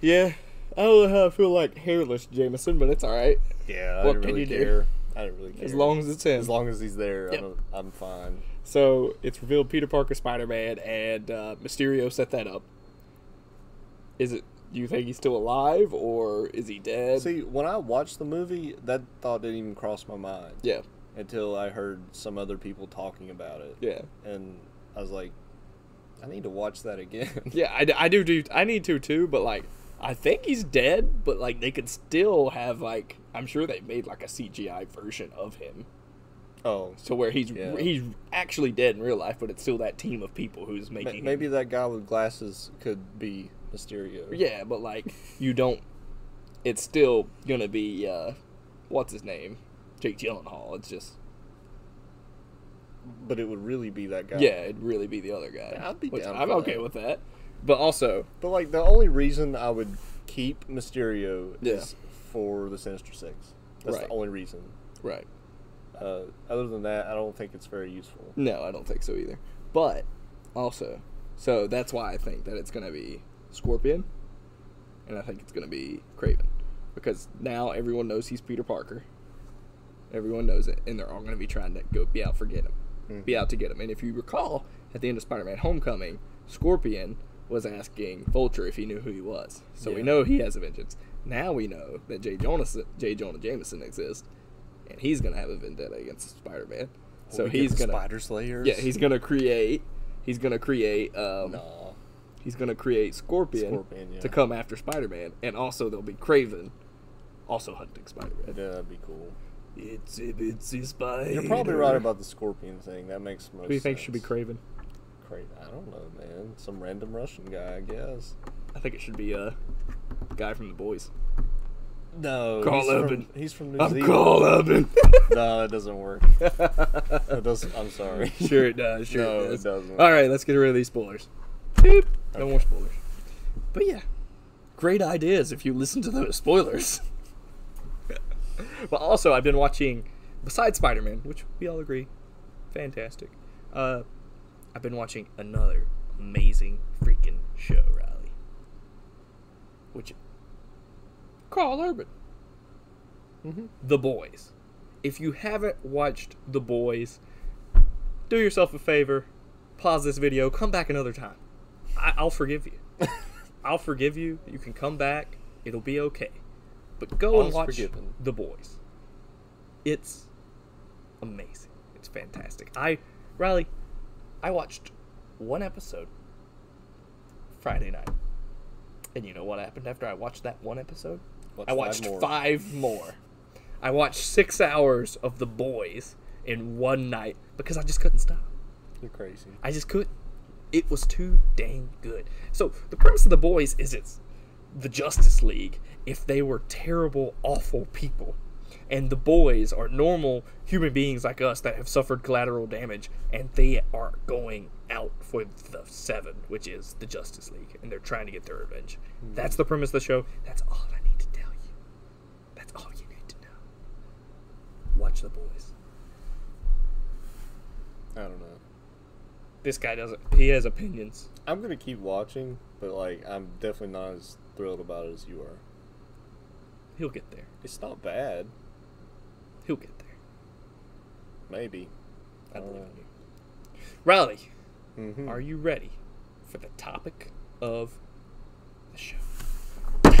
[SPEAKER 1] Yeah. I don't know how I feel like hairless Jameson, but it's all right
[SPEAKER 2] Yeah, I
[SPEAKER 1] What
[SPEAKER 2] didn't
[SPEAKER 1] can
[SPEAKER 2] really
[SPEAKER 1] you do?
[SPEAKER 2] care. I didn't really care.
[SPEAKER 1] as long as it's him.
[SPEAKER 2] as long as he's there,
[SPEAKER 1] Yep.
[SPEAKER 2] I'm, I'm fine.
[SPEAKER 1] so it's revealed Peter Parker, Spider Man, and uh, Mysterio set that up. Is it? Do you think he's still alive or is he dead?
[SPEAKER 2] See, when I watched the movie, that thought didn't even cross my mind
[SPEAKER 1] yeah,
[SPEAKER 2] until I heard some other people talking about it.
[SPEAKER 1] yeah.
[SPEAKER 2] And I was like, I need to watch
[SPEAKER 1] (laughs)
[SPEAKER 2] that again. (laughs)
[SPEAKER 1] Yeah, I, d- I do do I need to too, but like I think he's dead, but like they could still have like I'm sure they made like a CGI version of him
[SPEAKER 2] oh,
[SPEAKER 1] to where he's
[SPEAKER 2] Yeah.
[SPEAKER 1] he's actually dead in real life, but it's still that team of people who's (laughs)
[SPEAKER 2] ma-
[SPEAKER 1] making
[SPEAKER 2] maybe
[SPEAKER 1] him.
[SPEAKER 2] that guy with glasses could be Mysterio.
[SPEAKER 1] yeah, but like you don't. It's still gonna be uh, what's his name, Jake Gyllenhaal. It's just
[SPEAKER 2] but it would really be that guy.
[SPEAKER 1] yeah, it'd really be the other guy.
[SPEAKER 2] I'd be
[SPEAKER 1] which
[SPEAKER 2] down
[SPEAKER 1] I'm
[SPEAKER 2] for
[SPEAKER 1] okay
[SPEAKER 2] that.
[SPEAKER 1] with that, but also
[SPEAKER 2] But like the only reason I would keep Mysterio
[SPEAKER 1] Yeah.
[SPEAKER 2] is for the Sinister Six. That's
[SPEAKER 1] Right.
[SPEAKER 2] the only reason.
[SPEAKER 1] right.
[SPEAKER 2] Uh, other than that, I don't think it's very useful.
[SPEAKER 1] No, I don't think so either. But also, so that's why I think that it's gonna be Scorpion, and I think it's gonna be Craven, because now everyone knows he's Peter Parker. Everyone knows it, and they're all gonna be trying to go be out for get him, be out to get him. And if you recall, at the end of Spider-Man: Homecoming, Scorpion was asking Vulture if he knew who he was. So we
[SPEAKER 2] Yeah.
[SPEAKER 1] know he has a vengeance. Now we know that Jay Jonas, Jay Jonah Jameson exists, and he's gonna have a vendetta against Spider-Man. So
[SPEAKER 2] We get
[SPEAKER 1] he's
[SPEAKER 2] the
[SPEAKER 1] gonna
[SPEAKER 2] Spider Slayers.
[SPEAKER 1] yeah, he's gonna create. He's gonna create. Um,
[SPEAKER 2] Nah.
[SPEAKER 1] He's gonna create Scorpion,
[SPEAKER 2] Scorpion, yeah.
[SPEAKER 1] to come after Spider-Man, and also there'll be Craven, also hunting Spider-Man.
[SPEAKER 2] Yeah, that'd be cool.
[SPEAKER 1] It's it's spider.
[SPEAKER 2] You're probably right about the scorpion thing. That makes most.
[SPEAKER 1] Who do you think should be
[SPEAKER 2] sense.
[SPEAKER 1] Craven?
[SPEAKER 2] Cra- I don't know, man. Some random Russian guy, I guess.
[SPEAKER 1] I think it should be uh, guy from the boys.
[SPEAKER 2] No,
[SPEAKER 1] Carl
[SPEAKER 2] he's
[SPEAKER 1] Urban.
[SPEAKER 2] From, he's from New
[SPEAKER 1] I'm
[SPEAKER 2] Zealand.
[SPEAKER 1] Carl Urban.
[SPEAKER 2] No, that doesn't (laughs) work.
[SPEAKER 1] (laughs)
[SPEAKER 2] That doesn't, I'm sorry.
[SPEAKER 1] sure it does. Sure
[SPEAKER 2] No,
[SPEAKER 1] it
[SPEAKER 2] it
[SPEAKER 1] does.
[SPEAKER 2] doesn't.
[SPEAKER 1] All right, let's get rid of these spoilers. Boop. No
[SPEAKER 2] Okay.
[SPEAKER 1] more spoilers. But yeah, great ideas if you listen to those spoilers. (laughs) but also, I've been watching, besides Spider Man, which we all agree, fantastic. Uh, I've been watching another amazing freaking show, Riley. Which Carl Urban,
[SPEAKER 2] Mm-hmm.
[SPEAKER 1] The Boys. If you haven't watched The Boys, do yourself a favor, pause this video, come back another time. I- I'll forgive you.
[SPEAKER 2] (laughs)
[SPEAKER 1] I'll forgive you. You can come back. It'll be okay. But go
[SPEAKER 2] All
[SPEAKER 1] and
[SPEAKER 2] is
[SPEAKER 1] watch
[SPEAKER 2] forgiven.
[SPEAKER 1] The Boys. It's amazing. It's fantastic. I, Riley, I watched one episode Friday night. And you know what happened after I watched that one episode?
[SPEAKER 2] Watch
[SPEAKER 1] I
[SPEAKER 2] five
[SPEAKER 1] watched
[SPEAKER 2] more.
[SPEAKER 1] five more. I watched six hours of The Boys in one night because I just couldn't stop.
[SPEAKER 2] You're crazy.
[SPEAKER 1] I just couldn't. It was too dang good. So the premise of the boys is it's the Justice League if they were terrible, awful people. And the boys are normal human beings like us that have suffered collateral damage, and they are going out for the seven, which is the Justice League, and they're trying to get their revenge. That's the premise of the show. That's all I need to tell you. That's all you need to know. Watch the boys.
[SPEAKER 2] I don't know.
[SPEAKER 1] This guy doesn't. He has opinions.
[SPEAKER 2] I'm gonna keep watching, but like I'm definitely not as thrilled about it as you are.
[SPEAKER 1] He'll get there.
[SPEAKER 2] It's not bad,
[SPEAKER 1] He'll get there.
[SPEAKER 2] maybe.
[SPEAKER 1] I
[SPEAKER 2] I don't
[SPEAKER 1] believe
[SPEAKER 2] know.
[SPEAKER 1] in you. Riley,
[SPEAKER 2] Mm-hmm.
[SPEAKER 1] are you ready for the topic of the show?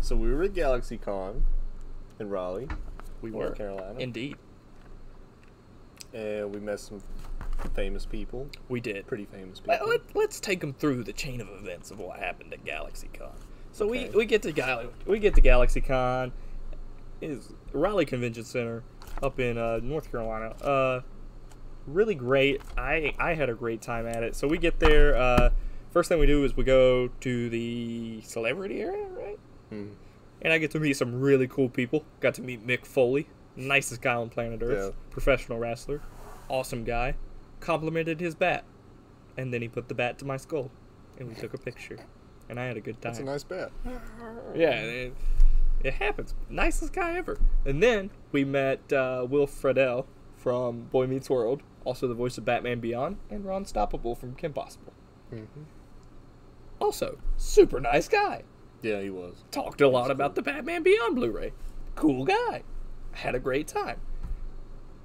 [SPEAKER 2] So we were at GalaxyCon in Raleigh,
[SPEAKER 1] We
[SPEAKER 2] North
[SPEAKER 1] were
[SPEAKER 2] Carolina.
[SPEAKER 1] indeed.
[SPEAKER 2] and we met some famous people,
[SPEAKER 1] We did.
[SPEAKER 2] pretty famous people.
[SPEAKER 1] Let, let, us take them through the chain of events of what happened at GalaxyCon. So
[SPEAKER 2] Okay.
[SPEAKER 1] we, we get to Gal- we get to GalaxyCon, is Raleigh Convention Center up in uh, North Carolina. Uh, really great. I I had a great time at it. So we get there. Uh, first thing we do is we go to the celebrity area, right?
[SPEAKER 2] Mhm.
[SPEAKER 1] And I get to meet some really cool people. Got to meet Mick Foley, nicest guy on planet Earth,
[SPEAKER 2] Yeah.
[SPEAKER 1] professional wrestler, awesome guy. Complimented his bat, and then he put the bat to my skull, and we took a picture, and I had a good time.
[SPEAKER 2] That's a nice bet.
[SPEAKER 1] Yeah, it, it happens. Nicest guy ever. And then we met uh, Will Friedle from Boy Meets World, also the voice of Batman Beyond, and Ron Stoppable from Kim Possible.
[SPEAKER 2] Mm-hmm.
[SPEAKER 1] Also, super nice guy.
[SPEAKER 2] Yeah, he was.
[SPEAKER 1] Talked a lot about the Batman Beyond Blu-ray. Cool guy. Had a great time.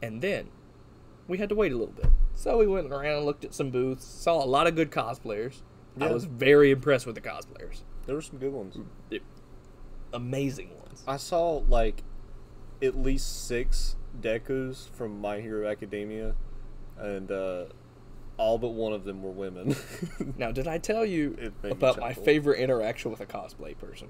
[SPEAKER 1] And then we had to wait a little bit. So we went around and looked at some booths, saw a lot of good cosplayers. I
[SPEAKER 2] Yeah.
[SPEAKER 1] was very impressed with the cosplayers.
[SPEAKER 2] There were some good ones.
[SPEAKER 1] Amazing ones.
[SPEAKER 2] I saw like at least six Deku's from My Hero Academia, and uh, all but one of them were women. (laughs)
[SPEAKER 1] Now, did I tell you
[SPEAKER 2] It made me
[SPEAKER 1] about my
[SPEAKER 2] chuckle.
[SPEAKER 1] favorite interaction with a cosplay person?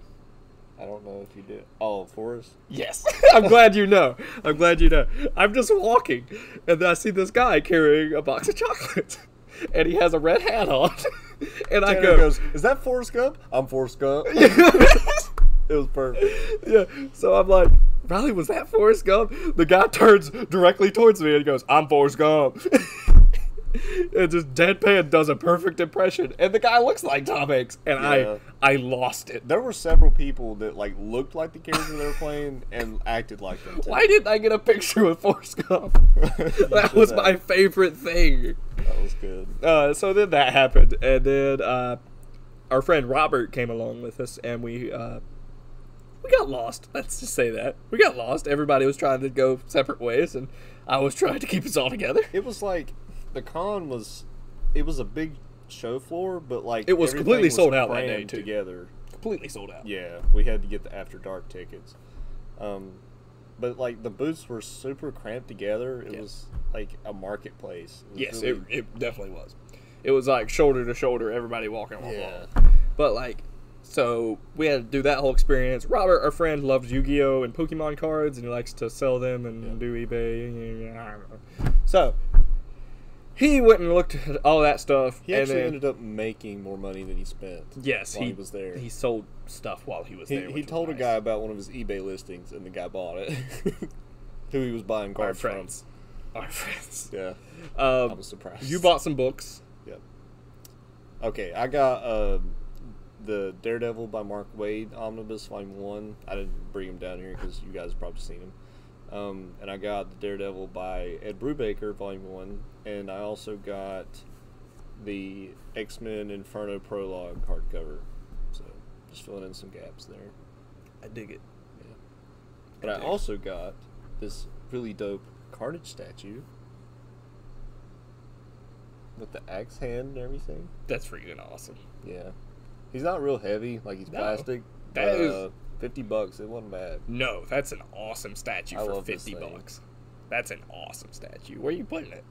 [SPEAKER 2] I don't know if you did. Oh, Forrest. (laughs)
[SPEAKER 1] Yes. (laughs) I'm glad you know. I'm glad you know. I'm just walking, and then I see this guy carrying a box of chocolates, (laughs) and he has a red hat on, (laughs) and I
[SPEAKER 2] Tanner
[SPEAKER 1] go,
[SPEAKER 2] goes, "Is that Forrest Gump?" I'm Forrest Gump. it was perfect.
[SPEAKER 1] yeah. So I'm like, Riley, was that Forrest Gump? The guy turns directly towards me and goes, I'm Forrest Gump. (laughs) and just deadpan does a perfect impression. And the guy looks like Tom Hanks. And
[SPEAKER 2] Yeah.
[SPEAKER 1] I I lost it.
[SPEAKER 2] There were several people that like looked like the character they were playing and acted like them. Too. (laughs)
[SPEAKER 1] Why didn't I get a picture with Forrest Gump? (laughs) that
[SPEAKER 2] should
[SPEAKER 1] was
[SPEAKER 2] have.
[SPEAKER 1] my favorite thing.
[SPEAKER 2] That was good.
[SPEAKER 1] Uh, so then that happened, and then uh, our friend Robert came along with us, and we uh, we got lost. Let's just say that we got lost. Everybody was trying to go separate ways, and I was trying to keep us all together. (laughs)
[SPEAKER 2] It was like the con was, it was a big show floor, but like
[SPEAKER 1] It was
[SPEAKER 2] everything
[SPEAKER 1] completely sold out that
[SPEAKER 2] crammed
[SPEAKER 1] day, too.
[SPEAKER 2] Together,
[SPEAKER 1] Completely sold out.
[SPEAKER 2] yeah, we had to get the after dark tickets. Um, but like the booths were super cramped together. It
[SPEAKER 1] Yeah.
[SPEAKER 2] was like a marketplace. was
[SPEAKER 1] Yes,
[SPEAKER 2] really-
[SPEAKER 1] it, it definitely was. It was like shoulder to shoulder, everybody walking along.
[SPEAKER 2] yeah.
[SPEAKER 1] But like, so we had to do that whole experience. Robert, our friend, loves Yu-Gi-Oh and Pokemon cards, and he likes to sell them and
[SPEAKER 2] Yeah.
[SPEAKER 1] do eBay. So he went and looked at all that stuff.
[SPEAKER 2] He
[SPEAKER 1] and
[SPEAKER 2] actually
[SPEAKER 1] then-
[SPEAKER 2] ended up making more money than he spent.
[SPEAKER 1] yes,
[SPEAKER 2] while
[SPEAKER 1] he,
[SPEAKER 2] he was there.
[SPEAKER 1] He sold stuff while he was
[SPEAKER 2] He,
[SPEAKER 1] there.
[SPEAKER 2] he
[SPEAKER 1] which was
[SPEAKER 2] told a
[SPEAKER 1] nice.
[SPEAKER 2] guy about one of his eBay listings, and the guy bought it. (laughs) Who he was buying
[SPEAKER 1] our
[SPEAKER 2] cards from.
[SPEAKER 1] friends, our (laughs) friends.
[SPEAKER 2] Yeah, I
[SPEAKER 1] Um,
[SPEAKER 2] was surprised.
[SPEAKER 1] you bought some books.
[SPEAKER 2] (laughs) Yep. Okay, I got uh, the Daredevil by Mark Wade omnibus volume one. I didn't bring him down here because you guys probably seen him. Um, and I got the Daredevil by Ed Brubaker volume one, and I also got the X Men Inferno prologue hardcover. So just filling in some gaps there.
[SPEAKER 1] I dig it.
[SPEAKER 2] But I
[SPEAKER 1] Okay.
[SPEAKER 2] also got this really dope Carnage statue with the axe hand and everything.
[SPEAKER 1] That's freaking awesome.
[SPEAKER 2] Yeah, he's not real heavy. Like he's
[SPEAKER 1] No.
[SPEAKER 2] plastic.
[SPEAKER 1] That
[SPEAKER 2] but,
[SPEAKER 1] is-
[SPEAKER 2] uh, fifty bucks. It wasn't bad.
[SPEAKER 1] No, that's an awesome statue
[SPEAKER 2] I
[SPEAKER 1] for
[SPEAKER 2] love this
[SPEAKER 1] fifty
[SPEAKER 2] thing.
[SPEAKER 1] bucks. That's an awesome statue. Where are you putting it?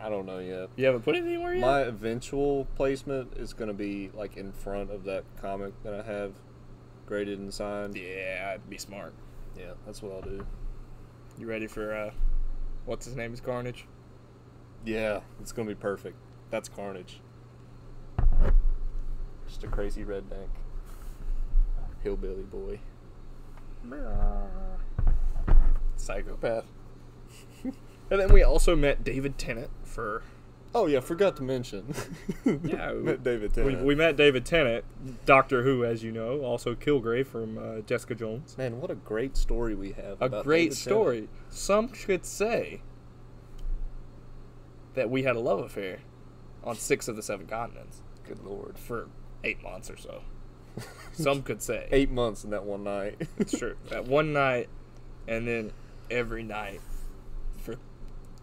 [SPEAKER 2] I don't know yet.
[SPEAKER 1] You haven't put it anywhere yet.
[SPEAKER 2] My eventual placement is gonna be like in front of that comic that I have graded and signed.
[SPEAKER 1] Yeah, I'd be smart.
[SPEAKER 2] Yeah, that's what I'll do.
[SPEAKER 1] You ready for uh what's his name is Carnage?
[SPEAKER 2] Yeah, it's gonna be perfect. That's Carnage. Just a crazy redneck, hillbilly boy.
[SPEAKER 1] Psychopath. and then we also met David Tennant
[SPEAKER 2] (laughs)
[SPEAKER 1] for
[SPEAKER 2] Oh yeah, forgot to mention.
[SPEAKER 1] (laughs)
[SPEAKER 2] (laughs)
[SPEAKER 1] Yeah, we-
[SPEAKER 2] met David
[SPEAKER 1] we,
[SPEAKER 2] Tennant.
[SPEAKER 1] we met David Tennant, Doctor Who as you know, also Kilgrave from uh, Jessica Jones.
[SPEAKER 2] Man, what a great story we have.
[SPEAKER 1] A
[SPEAKER 2] about
[SPEAKER 1] great
[SPEAKER 2] David Tennant.
[SPEAKER 1] story. Some could say that we had a love affair on 6 of the 7 continents
[SPEAKER 2] Good
[SPEAKER 1] (laughs)
[SPEAKER 2] lord.
[SPEAKER 1] for 8 months or so. Some could say.
[SPEAKER 2] (laughs) eight months in that
[SPEAKER 1] (laughs)
[SPEAKER 2] one night.
[SPEAKER 1] It's true. That one night, and then every night for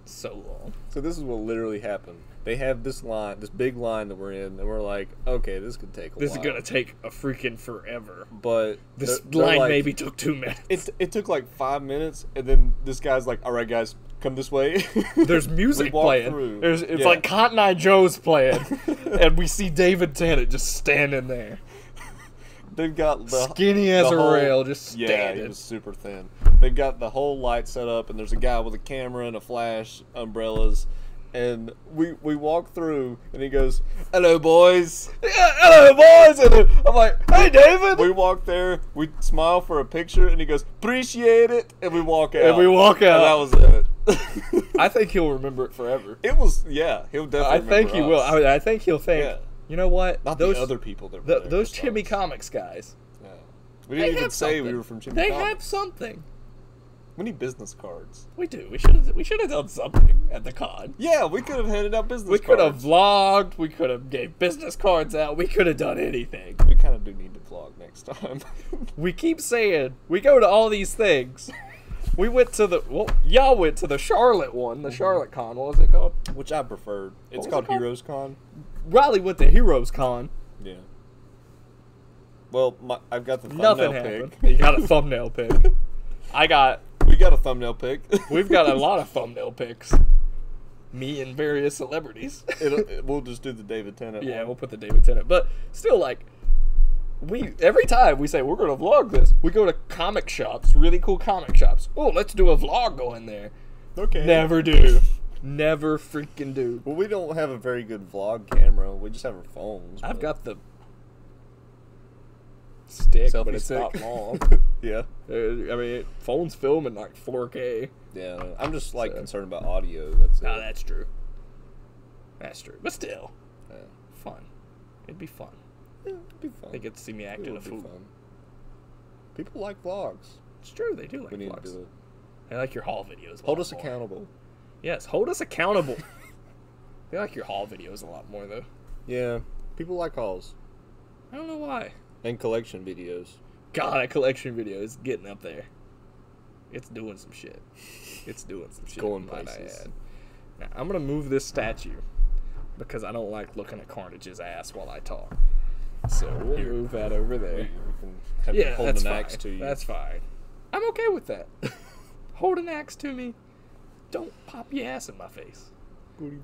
[SPEAKER 1] so long.
[SPEAKER 2] so this is what literally happened. They have this line, this big line that we're in, and we're like, okay, this could take a
[SPEAKER 1] This
[SPEAKER 2] while.
[SPEAKER 1] is gonna take a freaking forever.
[SPEAKER 2] But
[SPEAKER 1] This
[SPEAKER 2] they're- they're
[SPEAKER 1] line
[SPEAKER 2] like-
[SPEAKER 1] maybe took two
[SPEAKER 2] (laughs)
[SPEAKER 1] minutes.
[SPEAKER 2] It, it took like five minutes, and then this guy's like, all right, guys, come this way. (laughs)
[SPEAKER 1] There's music
[SPEAKER 2] walked
[SPEAKER 1] playing.
[SPEAKER 2] through.
[SPEAKER 1] There's, it's
[SPEAKER 2] Yeah.
[SPEAKER 1] like Cotton Eye Joe's
[SPEAKER 2] (laughs)
[SPEAKER 1] playing, and we see David Tennant just standing there,
[SPEAKER 2] They've got the
[SPEAKER 1] skinny as
[SPEAKER 2] the
[SPEAKER 1] a
[SPEAKER 2] whole-
[SPEAKER 1] rail, just
[SPEAKER 2] Yeah,
[SPEAKER 1] standing.
[SPEAKER 2] he was super thin. They've got the whole light set up, and there's a guy with a camera and a flash, umbrellas, and we we walk through, and he goes, "Hello, boys."
[SPEAKER 1] Yeah,
[SPEAKER 2] uh,
[SPEAKER 1] hello, boys. And then I'm like,
[SPEAKER 2] Hey, David! We walk there, we smile for a picture, and he goes, appreciate it, and we walk out.
[SPEAKER 1] and we walk
[SPEAKER 2] And that
[SPEAKER 1] out.
[SPEAKER 2] was it. (laughs)
[SPEAKER 1] I think he'll remember it forever.
[SPEAKER 2] it was, yeah, he'll
[SPEAKER 1] I
[SPEAKER 2] definitely
[SPEAKER 1] think he
[SPEAKER 2] remember
[SPEAKER 1] will.
[SPEAKER 2] us.
[SPEAKER 1] I, mean, I think he'll think.
[SPEAKER 2] Yeah.
[SPEAKER 1] You know what?
[SPEAKER 2] Not
[SPEAKER 1] those
[SPEAKER 2] the other people that were
[SPEAKER 1] Th
[SPEAKER 2] there
[SPEAKER 1] those
[SPEAKER 2] besides.
[SPEAKER 1] Chibi Comics guys.
[SPEAKER 2] Yeah. We didn't even
[SPEAKER 1] have
[SPEAKER 2] say we
[SPEAKER 1] something.
[SPEAKER 2] were from Chibi
[SPEAKER 1] They
[SPEAKER 2] Comics.
[SPEAKER 1] have something.
[SPEAKER 2] We need business cards.
[SPEAKER 1] We do. We should. We should have done something at the con.
[SPEAKER 2] Yeah, we could have handed out business
[SPEAKER 1] We could have
[SPEAKER 2] cards.
[SPEAKER 1] vlogged. We could have gave business cards out. We could have done anything.
[SPEAKER 2] We kind of do need to vlog next time. (laughs)
[SPEAKER 1] We keep saying we go to all these things. We went to the well, y'all went to the Charlotte one,
[SPEAKER 2] Mhm.
[SPEAKER 1] the Charlotte Con. What was it called?
[SPEAKER 2] Which I preferred. It's
[SPEAKER 1] was it
[SPEAKER 2] called
[SPEAKER 1] called?
[SPEAKER 2] Heroes Con.
[SPEAKER 1] Riley went to Heroes Con.
[SPEAKER 2] Yeah. Well, my, I've got the thumbnail
[SPEAKER 1] Nothing happened.
[SPEAKER 2] (laughs) pick.
[SPEAKER 1] You got a thumbnail pick. I got. (laughs)
[SPEAKER 2] We got a thumbnail pick. (laughs)
[SPEAKER 1] We've got a lot of thumbnail picks. me and various celebrities. (laughs)
[SPEAKER 2] It'll, it- we'll just do the David Tennant.
[SPEAKER 1] yeah,
[SPEAKER 2] one.
[SPEAKER 1] we'll put the David Tennant. But still, like, we every time we say we're gonna vlog this, we go to comic shops, really cool comic shops. Oh, let's do a vlog going there.
[SPEAKER 2] okay.
[SPEAKER 1] Never do. Never freaking do.
[SPEAKER 2] Well, we don't have a very good vlog camera. We just have our phones.
[SPEAKER 1] I've
[SPEAKER 2] but-
[SPEAKER 1] got the stick,
[SPEAKER 2] Selfie
[SPEAKER 1] but it's
[SPEAKER 2] stick.
[SPEAKER 1] not long.
[SPEAKER 2] yeah.
[SPEAKER 1] Uh, (laughs) I mean, it, phones film in like 4K.
[SPEAKER 2] Yeah. I'm just like
[SPEAKER 1] So-
[SPEAKER 2] concerned about audio. That's it.
[SPEAKER 1] No, that's true. That's true. But still,
[SPEAKER 2] yeah.
[SPEAKER 1] fun. It'd be fun.
[SPEAKER 2] Yeah, it'd be fun.
[SPEAKER 1] They get to see me
[SPEAKER 2] It
[SPEAKER 1] act in a
[SPEAKER 2] would be
[SPEAKER 1] fool.
[SPEAKER 2] fun. People like vlogs.
[SPEAKER 1] It's true. They do like
[SPEAKER 2] we need
[SPEAKER 1] vlogs.
[SPEAKER 2] to do it.
[SPEAKER 1] They like your haul videos. a
[SPEAKER 2] Hold
[SPEAKER 1] lot
[SPEAKER 2] us
[SPEAKER 1] more.
[SPEAKER 2] accountable.
[SPEAKER 1] Yes, hold us accountable. they like your haul videos a lot more though.
[SPEAKER 2] Yeah. People like hauls
[SPEAKER 1] I don't know why.
[SPEAKER 2] and collection videos.
[SPEAKER 1] God, that collection video is getting up there. It's doing some shit. It's doing some shit.
[SPEAKER 2] going
[SPEAKER 1] might I
[SPEAKER 2] places.
[SPEAKER 1] add. Now, I'm gonna move this statue because I don't like looking at Carnage's ass while I talk. So we'll move that over there.
[SPEAKER 2] You can have
[SPEAKER 1] Yeah,
[SPEAKER 2] you hold
[SPEAKER 1] that's
[SPEAKER 2] an
[SPEAKER 1] fine.
[SPEAKER 2] axe to you.
[SPEAKER 1] That's fine. I'm okay with
[SPEAKER 2] (laughs)
[SPEAKER 1] that. hold an axe to me. Don't pop your ass in my face.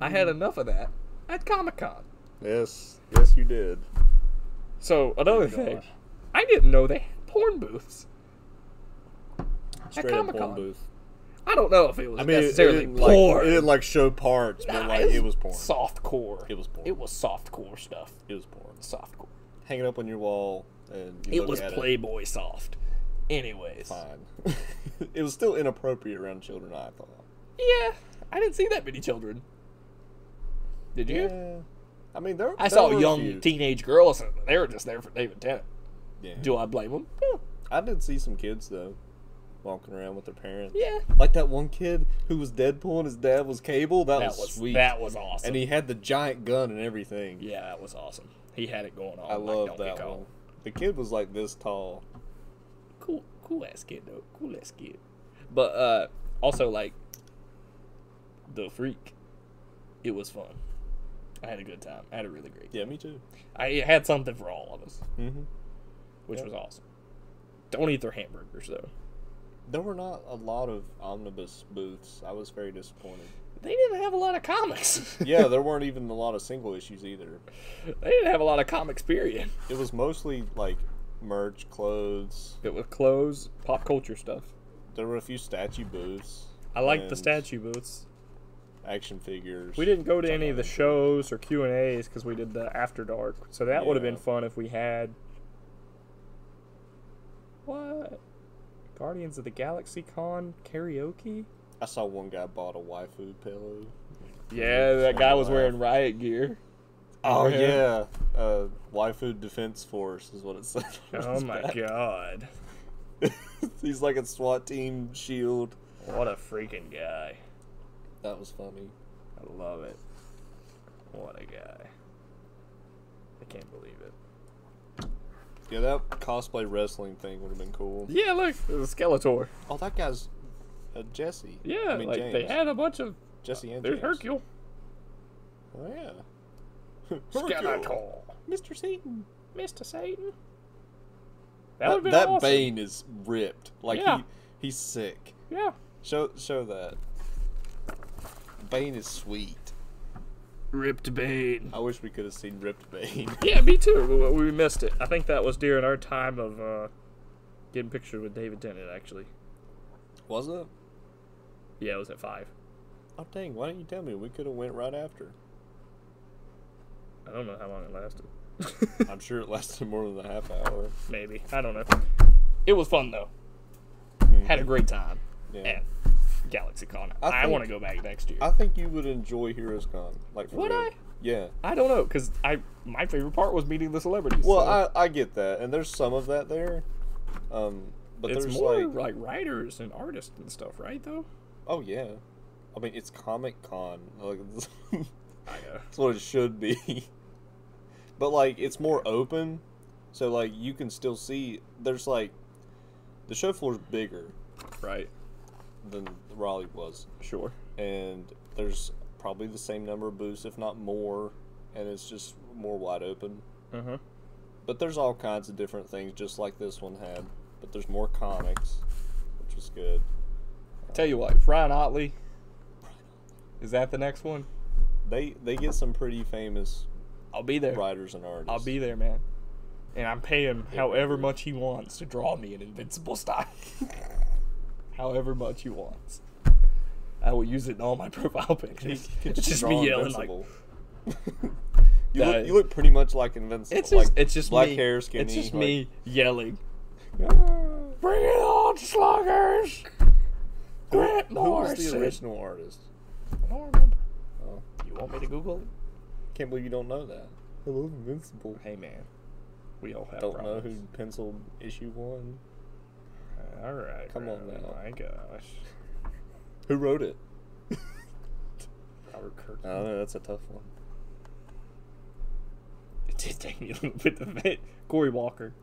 [SPEAKER 1] I had
[SPEAKER 2] Mm-hmm.
[SPEAKER 1] enough of that at Comic Con.
[SPEAKER 2] yes, yes, you did.
[SPEAKER 1] So another
[SPEAKER 2] God.
[SPEAKER 1] thing, I didn't know they had porn booths.
[SPEAKER 2] Straight up porn
[SPEAKER 1] Comic-Con.
[SPEAKER 2] booth.
[SPEAKER 1] I don't know if it was
[SPEAKER 2] I mean, it- it,
[SPEAKER 1] necessarily
[SPEAKER 2] didn't
[SPEAKER 1] porn.
[SPEAKER 2] like it didn't like show parts, but
[SPEAKER 1] Nah,
[SPEAKER 2] like it was porn.
[SPEAKER 1] Soft core.
[SPEAKER 2] It was porn.
[SPEAKER 1] It was soft core stuff.
[SPEAKER 2] It was porn.
[SPEAKER 1] Soft core.
[SPEAKER 2] Hanging up on your wall, and you
[SPEAKER 1] It
[SPEAKER 2] look
[SPEAKER 1] was
[SPEAKER 2] at
[SPEAKER 1] Playboy soft. Anyways.
[SPEAKER 2] Fine. (laughs) it was still inappropriate around children. I thought.
[SPEAKER 1] Yeah, I didn't see that many children. Did you?
[SPEAKER 2] I mean, there.
[SPEAKER 1] I
[SPEAKER 2] there
[SPEAKER 1] saw
[SPEAKER 2] were a
[SPEAKER 1] young
[SPEAKER 2] few.
[SPEAKER 1] teenage girls. And they were just there for David Tennant.
[SPEAKER 2] Yeah.
[SPEAKER 1] Do I blame them?
[SPEAKER 2] I did see some kids though, walking around with their parents.
[SPEAKER 1] Yeah.
[SPEAKER 2] Like that one kid who was Deadpool and his dad was Cable. That,
[SPEAKER 1] That
[SPEAKER 2] was,
[SPEAKER 1] was
[SPEAKER 2] sweet.
[SPEAKER 1] that was awesome.
[SPEAKER 2] and he had the giant gun and everything.
[SPEAKER 1] yeah, that was awesome. He had it going on.
[SPEAKER 2] I
[SPEAKER 1] like
[SPEAKER 2] love
[SPEAKER 1] Donkey
[SPEAKER 2] that
[SPEAKER 1] Kong.
[SPEAKER 2] one. The kid was like this tall.
[SPEAKER 1] cool cool ass kid though cool ass kid but uh also like the freak it was fun i had a good time i had a really great
[SPEAKER 2] Yeah, me too.
[SPEAKER 1] i it had something for all of us
[SPEAKER 2] Mm-hmm.
[SPEAKER 1] which
[SPEAKER 2] Yeah.
[SPEAKER 1] was awesome don't eat their hamburgers though
[SPEAKER 2] There were not a lot of omnibus booths. I was
[SPEAKER 1] (laughs)
[SPEAKER 2] very disappointed.
[SPEAKER 1] they didn't have a lot of comics (laughs)
[SPEAKER 2] Yeah, there weren't even a lot of single issues either.
[SPEAKER 1] they didn't have a lot of comics period
[SPEAKER 2] It was mostly like merch, clothes.
[SPEAKER 1] it was clothes pop culture stuff
[SPEAKER 2] There were a few statue booths.
[SPEAKER 1] i liked the
[SPEAKER 2] and
[SPEAKER 1] statue booths
[SPEAKER 2] Action figures.
[SPEAKER 1] we didn't go to any of the shows or q and a's because we did the after dark so that would have been
[SPEAKER 2] Yeah.
[SPEAKER 1] fun if we had what guardians of the galaxy con karaoke
[SPEAKER 2] I saw one guy bought a waifu pillow.
[SPEAKER 1] yeah that
[SPEAKER 2] Fun
[SPEAKER 1] guy was
[SPEAKER 2] laugh.
[SPEAKER 1] wearing riot gear (laughs)
[SPEAKER 2] Oh
[SPEAKER 1] Yeah.
[SPEAKER 2] yeah, uh, waifu defense force is what it said. on
[SPEAKER 1] oh
[SPEAKER 2] his
[SPEAKER 1] my
[SPEAKER 2] back.
[SPEAKER 1] god
[SPEAKER 2] (laughs) He's like a SWAT team shield.
[SPEAKER 1] what a freaking guy
[SPEAKER 2] That was funny.
[SPEAKER 1] i love it what a guy i can't believe it
[SPEAKER 2] Yeah, that cosplay wrestling thing would have been cool.
[SPEAKER 1] yeah look there's a skeletor
[SPEAKER 2] Oh, that guy's uh, Jesse.
[SPEAKER 1] yeah
[SPEAKER 2] I mean,
[SPEAKER 1] like
[SPEAKER 2] James.
[SPEAKER 1] they had a bunch of
[SPEAKER 2] Jesse and
[SPEAKER 1] there's
[SPEAKER 2] James.
[SPEAKER 1] hercule
[SPEAKER 2] Oh yeah. (laughs)
[SPEAKER 1] skeletor
[SPEAKER 2] Mr. Satan.
[SPEAKER 1] mr satan that would
[SPEAKER 2] That,
[SPEAKER 1] have been
[SPEAKER 2] that
[SPEAKER 1] awesome.
[SPEAKER 2] Bane is ripped. Like
[SPEAKER 1] Yeah.
[SPEAKER 2] he, he's sick.
[SPEAKER 1] yeah
[SPEAKER 2] Show show that. Bane is sweet.
[SPEAKER 1] Ripped Bane.
[SPEAKER 2] I wish we could have seen ripped Bane. (laughs)
[SPEAKER 1] Yeah, me too. We- We, we missed it. I think that was during our time of uh, getting pictured with David Tennant, actually.
[SPEAKER 2] Was it?
[SPEAKER 1] Yeah, it was at five.
[SPEAKER 2] Oh dang! Why didn't you tell me? We could have went right after.
[SPEAKER 1] I don't know how long it lasted.
[SPEAKER 2] (laughs) I'm sure it lasted more than a half hour.
[SPEAKER 1] Maybe. I don't know. It was fun, though. Had a great time
[SPEAKER 2] Mm-hmm. Yeah.
[SPEAKER 1] at GalaxyCon.
[SPEAKER 2] I
[SPEAKER 1] I,
[SPEAKER 2] think-
[SPEAKER 1] want to go back next year.
[SPEAKER 2] I think you would enjoy Heroes Con. Like for
[SPEAKER 1] Would
[SPEAKER 2] real.
[SPEAKER 1] I?
[SPEAKER 2] Yeah.
[SPEAKER 1] I don't know, because I my favorite part was meeting the celebrities.
[SPEAKER 2] Well,
[SPEAKER 1] so
[SPEAKER 2] I, I get that, and there's some of that there. Um, but
[SPEAKER 1] it's
[SPEAKER 2] there's
[SPEAKER 1] more like,
[SPEAKER 2] like,
[SPEAKER 1] writers and artists and stuff, right, though?
[SPEAKER 2] oh yeah, I mean it's Comic Con. (laughs) Like that's
[SPEAKER 1] I know.
[SPEAKER 2] what it should be. (laughs) but like it's more open, so like you can still see. There's like the show floor's bigger
[SPEAKER 1] Right.
[SPEAKER 2] than Raleigh was.
[SPEAKER 1] Sure.
[SPEAKER 2] and there's probably the same number of booths, if not more, and it's just more wide open.
[SPEAKER 1] Uh-huh.
[SPEAKER 2] But there's all kinds of different things, just like this one had. But there's more comics, which is good.
[SPEAKER 1] Tell you what, Ryan Otley
[SPEAKER 3] Is that the next one?
[SPEAKER 2] They they get some pretty famous
[SPEAKER 1] I'll be there.
[SPEAKER 2] writers and artists.
[SPEAKER 1] I'll be there, man. And I'm paying however much he wants to draw me an invincible style. (laughs) however much he wants. I will use it in all my (laughs) profile pictures.
[SPEAKER 2] Could
[SPEAKER 1] It's just
[SPEAKER 2] draw
[SPEAKER 1] me yelling like
[SPEAKER 2] Invincible. (laughs) you,
[SPEAKER 1] That-
[SPEAKER 2] look, you look pretty much like Invincible.
[SPEAKER 1] it's just
[SPEAKER 2] like,
[SPEAKER 1] it's just
[SPEAKER 2] black
[SPEAKER 1] me.
[SPEAKER 2] hair, skinny.
[SPEAKER 1] It's just
[SPEAKER 2] like, (laughs)
[SPEAKER 1] me yelling.
[SPEAKER 2] "Ah."
[SPEAKER 1] Bring it on, sluggers! Grant
[SPEAKER 2] Who was
[SPEAKER 1] Morrison.
[SPEAKER 2] the original artist?
[SPEAKER 1] I don't remember.
[SPEAKER 2] Oh,
[SPEAKER 1] You want me to Google it?
[SPEAKER 2] can't believe you don't know that. Hello, Invincible.
[SPEAKER 1] Hey man, we all have
[SPEAKER 2] Don't know
[SPEAKER 1] problems.
[SPEAKER 2] who penciled issue one.
[SPEAKER 1] All right,
[SPEAKER 2] Come on
[SPEAKER 1] Robert,
[SPEAKER 2] now.
[SPEAKER 1] My gosh,
[SPEAKER 2] Who wrote it?
[SPEAKER 1] Robert
[SPEAKER 2] I
[SPEAKER 1] Kirkman.
[SPEAKER 2] don't know. That's a tough one.
[SPEAKER 1] (laughs) It did take me a little bit to fit. Corey Walker.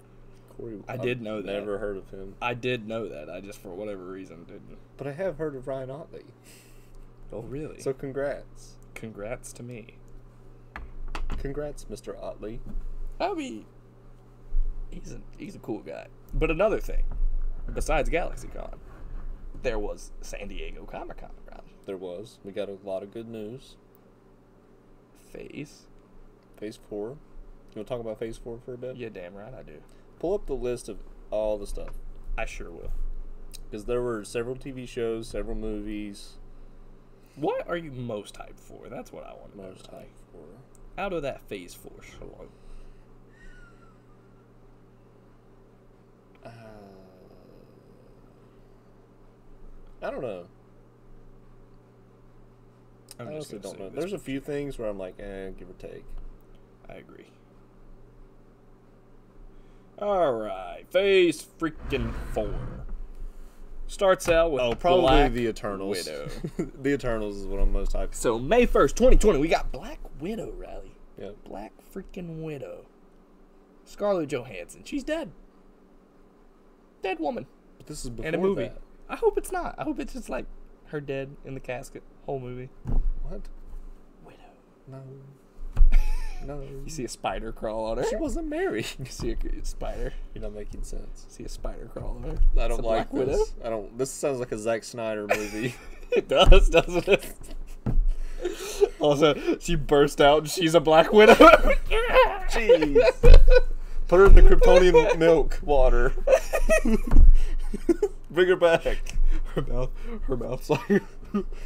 [SPEAKER 2] Corey.
[SPEAKER 1] I did know that.
[SPEAKER 2] Never heard of him,
[SPEAKER 1] I did know that. I just for whatever reason didn't.
[SPEAKER 2] but I have heard of Ryan Otley.
[SPEAKER 1] Oh really?
[SPEAKER 2] So
[SPEAKER 1] So
[SPEAKER 2] congrats,
[SPEAKER 1] congrats to me.
[SPEAKER 2] congrats, Mr. Otley.
[SPEAKER 1] I mean, he's a he's a cool guy. But another thing, besides GalaxyCon, there was San Diego Comic Con around.
[SPEAKER 2] There was. We got a lot of good news.
[SPEAKER 1] Face.
[SPEAKER 2] Phase four. You want to talk about phase four for a bit?
[SPEAKER 1] Yeah, damn right I do.
[SPEAKER 2] Pull up the list of all the stuff
[SPEAKER 1] I sure will.
[SPEAKER 2] because there were several TV shows, several movies.
[SPEAKER 1] What are you most hyped for? That's what I want to know.
[SPEAKER 2] Most hype for.
[SPEAKER 1] Out of that phase four shalom.
[SPEAKER 2] Uh, I don't know.
[SPEAKER 1] I'm
[SPEAKER 2] I
[SPEAKER 1] just
[SPEAKER 2] honestly
[SPEAKER 1] gonna
[SPEAKER 2] don't
[SPEAKER 1] say
[SPEAKER 2] know.
[SPEAKER 1] this
[SPEAKER 2] There's a few things where I'm like, eh, give or take.
[SPEAKER 1] I agree. All right, phase freaking four starts out with
[SPEAKER 2] Oh, probably
[SPEAKER 1] Black
[SPEAKER 2] the Eternals.
[SPEAKER 1] Widow.
[SPEAKER 2] (laughs) the Eternals is what I'm most hyped.
[SPEAKER 1] so May first, 2020, we got Black Widow rally.
[SPEAKER 2] Yeah,
[SPEAKER 1] Black freaking Widow. Scarlett Johansson, she's dead. Dead woman
[SPEAKER 2] but this is before
[SPEAKER 1] in a movie.
[SPEAKER 2] that.
[SPEAKER 1] I hope it's not. I hope it's just like her dead in the casket, whole movie.
[SPEAKER 2] What?
[SPEAKER 1] Widow. (laughs)
[SPEAKER 2] No. No.
[SPEAKER 1] You see a spider crawl on her.
[SPEAKER 2] she wasn't married. (laughs)
[SPEAKER 1] You see a spider.
[SPEAKER 2] You're not making sense.
[SPEAKER 1] See a spider crawl on her.
[SPEAKER 2] I
[SPEAKER 1] It's
[SPEAKER 2] don't
[SPEAKER 1] a
[SPEAKER 2] like
[SPEAKER 1] Black Widow.
[SPEAKER 2] this. I don't. This sounds like a Zack Snyder movie.
[SPEAKER 1] (laughs) It does, doesn't it? (laughs) also, she burst out and she's a Black Widow.
[SPEAKER 2] (laughs) Jeez. Put her in the
[SPEAKER 1] (laughs)
[SPEAKER 2] Kryptonian milk water. Bring her back.
[SPEAKER 1] Her mouth, her mouth's like (laughs)